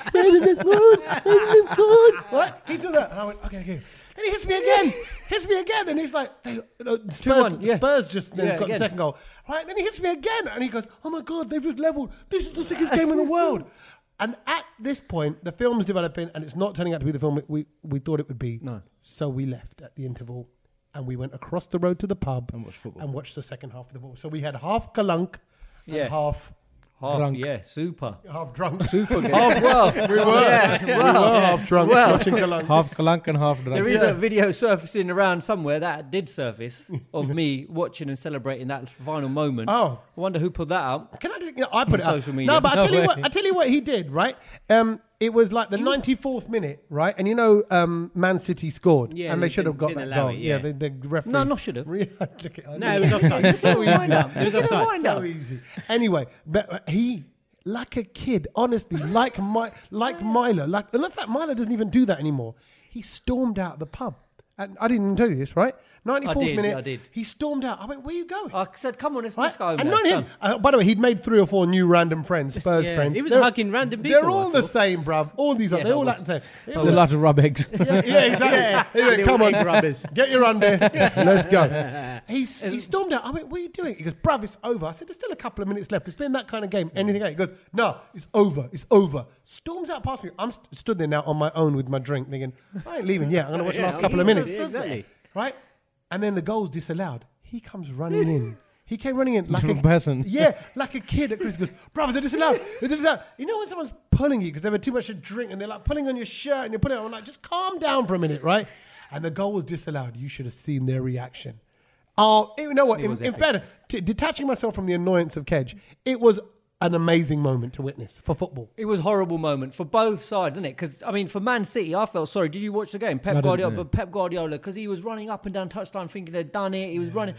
He did that. And I went, okay, okay. Then he hits me again. hits me again. And he's like, they, uh, Spurs,
2-1, yeah.
Spurs just then
Yeah,
got the
again.
second goal. Right? Then he hits me again. And he goes, oh my God, they've just leveled. This is the sickest game in the
(laughs)
world. And at this point, the film's developing and it's not turning out to be the film we, we thought it would be.
No.
So we left at the interval and we went across the road to the pub and watched, the second half of the ball. So we had half Kalunk
Yeah.
half
Half,
drunk.
yeah, super.
half drunk.
Super good. Half well.
(laughs) We were, we were half drunk
Well.
watching Cologne.
half Kalank and half drunk.
There is a video surfacing around somewhere that did surface of me (laughs) watching and celebrating that final moment.
Oh.
I wonder who put that out.
Can I just? You know, I put it
On
up.
social media.
No, but I
No
tell you
way.
what. I tell you what he did. Right. Um, it was like the ninety fourth minute, right? And you know, um, Man City scored,
Yeah,
and they
they
should have
didn't-
got
didn't
that
allow
goal.
it,
yeah,
yeah.
the, the referee.
No, not should
(laughs)
have.
Re- Look at- I
No,
know. (laughs)
it was offside.
so
Wind
easy. (laughs)
up.
It was
Get a
offside.
wind
so
up.
easy. Anyway, but he, like a kid, honestly, like my, like Milo, like and in fact, Milo doesn't even do that anymore. He stormed out the pub, and I didn't even tell you this, right? Ninety fourth
did,
minute,
I did.
He stormed out. I went, "Where are you going?"
I said, come on, it's
Right?
let's go. home
and
now,
not
it's
him.
done.
Uh, by the way, he'd made three or four new random (laughs) friends, Spurs
Yeah,
friends.
he was hugging random
They're
people,
all
I
the
thought.
same, bruv. All these, they
I
all
was.
act (laughs) the same. It
a
was-
lot of rub eggs.
yeah, (laughs) yeah, exactly. He went,
Little
come on,
egg rubbers.
(laughs) get your under. Let's go. He, s- he stormed out. I went, what are you doing? He goes, bruv, it's over. I said, there's still a couple of minutes left. It's been that kind of game. Anything else? He goes, no, it's over. It's over. Storms out past me. I'm st- stood there now on my own with my drink thinking, I ain't leaving yet. I'm going to watch the last couple of
he's
minutes.
stood there. Exactly.
Right? And then the goal's disallowed. He comes running in. He came running in like
From
a
person.
(laughs) Yeah, like a kid at Christmas. Goes, brother, they're disallowed. They're disallowed. You know when someone's pulling you because they were too much to drink and they're like pulling on your shirt and you're putting it on, like, just calm down for a minute, right? And the goal was disallowed. You should have seen their reaction. Oh, you know what? In, in fact, t- detaching myself from the annoyance of Kedge, it was an amazing moment to witness for football.
It was a horrible moment for both sides, isn't it? Because I mean, for Man City, I felt sorry. Did you watch the game, Pep
didn't,
Guardiola?
no.
But Pep Guardiola, because he was running up and down touchline, thinking they'd done it. He was running,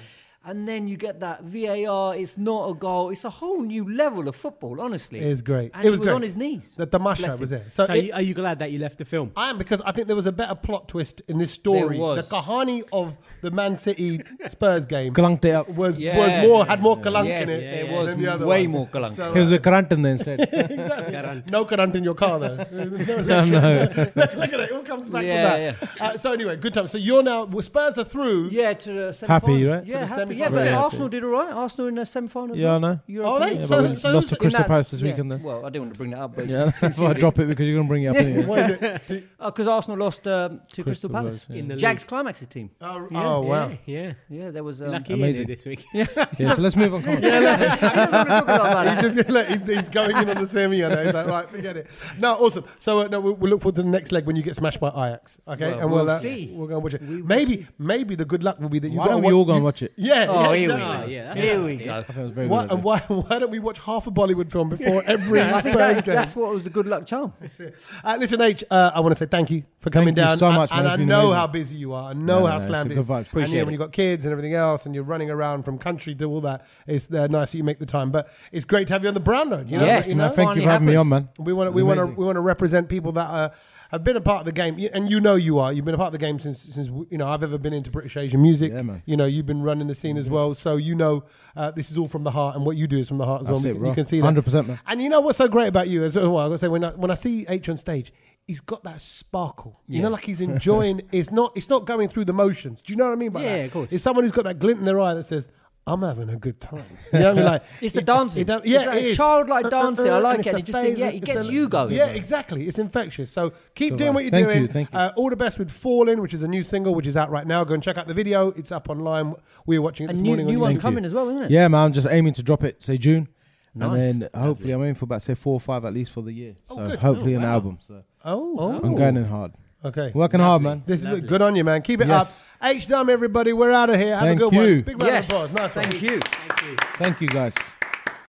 and then you get that VAR. It's not a goal. It's a whole new level of football. Honestly,
It was great.
And
it was, great.
on his knees.
The Damasha
Bless
was
him.
there. So,
So
it-
you- are you glad that you left the (laughs) film?
I am because I think there was a better plot twist in this story.
There was.
The Kahani of the Man City Spurs
(laughs)
game
Kalank day up.
was
Yeah.
was more had more Kalank
Yes,
in it.
there
than
was
the other
way
one.
more Kalank.
So,
He was
uh,
with Kalank in there (laughs) instead.
no Kalank in your car
(laughs)
though. no, Look at it, it all comes back
Yeah,
to that. Uh, so anyway, good time. So you're now well, Spurs are through.
Yeah, to the semi
Happy, right?
Yeah,
To the
happy.
semi-final.
Yeah, but
Very happy.
Arsenal did all right. Arsenal in the semi-final.
Yeah, I know.
Oh, they-
Yeah,
So-
but we
so
lost
who's
to
in
Crystal
that-
Palace this
yeah.
weekend, though.
Well, I didn't want to bring that up, but
Yeah, that's why I drop it because you're gonna bring it up anyway.
What is it? Do-
because uh, Arsenal lost um, to Crystal,
Crystal
Palace.
Palace, yeah.
In the
Jags climaxes team.
Oh, oh, wow.
Yeah.
Yeah, there was. Um,
Lucky
Amazing.
Amazing this week. Yeah.
Yeah, so let's move on. Come on.
(laughs)
(laughs)
he's just look, he's, he's going in on the semi. I know. He's like, right, forget it. No, awesome. So uh, no, we'll, we'll look forward to the next leg when you get smashed by Ajax. Okay,
Well,
and we'll
we'll
uh,
see.
We'll go and watch it. maybe, maybe the good luck will be that you.
Why
gotta
don't we
wa-
all go
you-
and watch it?
Yeah.
Oh,
yeah,
here we
exactly.
go.
yeah, that's
here
what
we
I
go.
I think it was very
Why,
good.
and why, (laughs) why don't we watch half a Bollywood
(laughs)
film before every
I
Spurs
think that's,
game?
that's what was the good luck charm.
(laughs) Uh, listen, H, uh, I want to say thank you for coming
you
down.
so much,
and,
man.
and
It's
I
been
know
amazing.
how busy you are. I know
No,
how
no, no,
slammed
it's a
it
good
is.
vibe.
and, you
Appreciate
know, when
it.
you've got kids and everything else, and you're running around from country to all that, it's uh, nice that you make the time. But it's great to have you on the brown road. You know,
Yes.
you
No,
know?
It
thank you
finally
for having me
happened.
on, man.
We want to we want to we want to represent people that uh, have been a part of the game, You- and you know you are. You've been a part of the game since since you know I've ever been into British Asian music.
Yeah, man.
You know you've been running the scene as well, so you know uh, this is all from the heart, and what you do is from the heart as
That's
well.
it,
you,
bro.
can see that
100%, man.
And you know what's so great about you as well? I got to say when I, when I see H on stage. He's got that sparkle, you know, like
(laughs)
he's enjoying. it's not, it's not going through the motions. Do you know what I mean by
Yeah,
that?
of course.
It's someone who's got that glint in their eye that says, "I'm having a good time."
(laughs)
You know what I mean? Like
It's the
it-
dancing.
it don't-
It's
yeah,
like
it is. Uh,
childlike dancing. I like
it's
it.
the
It just think,
phase-
yeah, it
it's
gets
a-
you going.
Yeah, exactly. It's infectious. So keep
Good
doing
one.
what you're
Thank
doing.
you, thank you.
Uh, all the best with Fallen, which is a new single, which is out right now. Go and check out the video. It's up online. We were watching it
A
this
new,
morning.
new
on
one's
YouTube.
coming as well, isn't it?
Yeah, man. I'm just aiming to drop it, say June,
Nice.
and then hopefully I'm aiming for about say four or five at least for the year. So
good.
hopefully an album. So
Oh,
I'm going in hard,
okay.
working hard, man.
This is good on you, man. Keep it
Yes.
up. H Dumb, everybody. We're out of here. Have
Thank
a good
you.
one. Big round
Yes.
of applause. Nice one.
Thank you.
Thank you guys.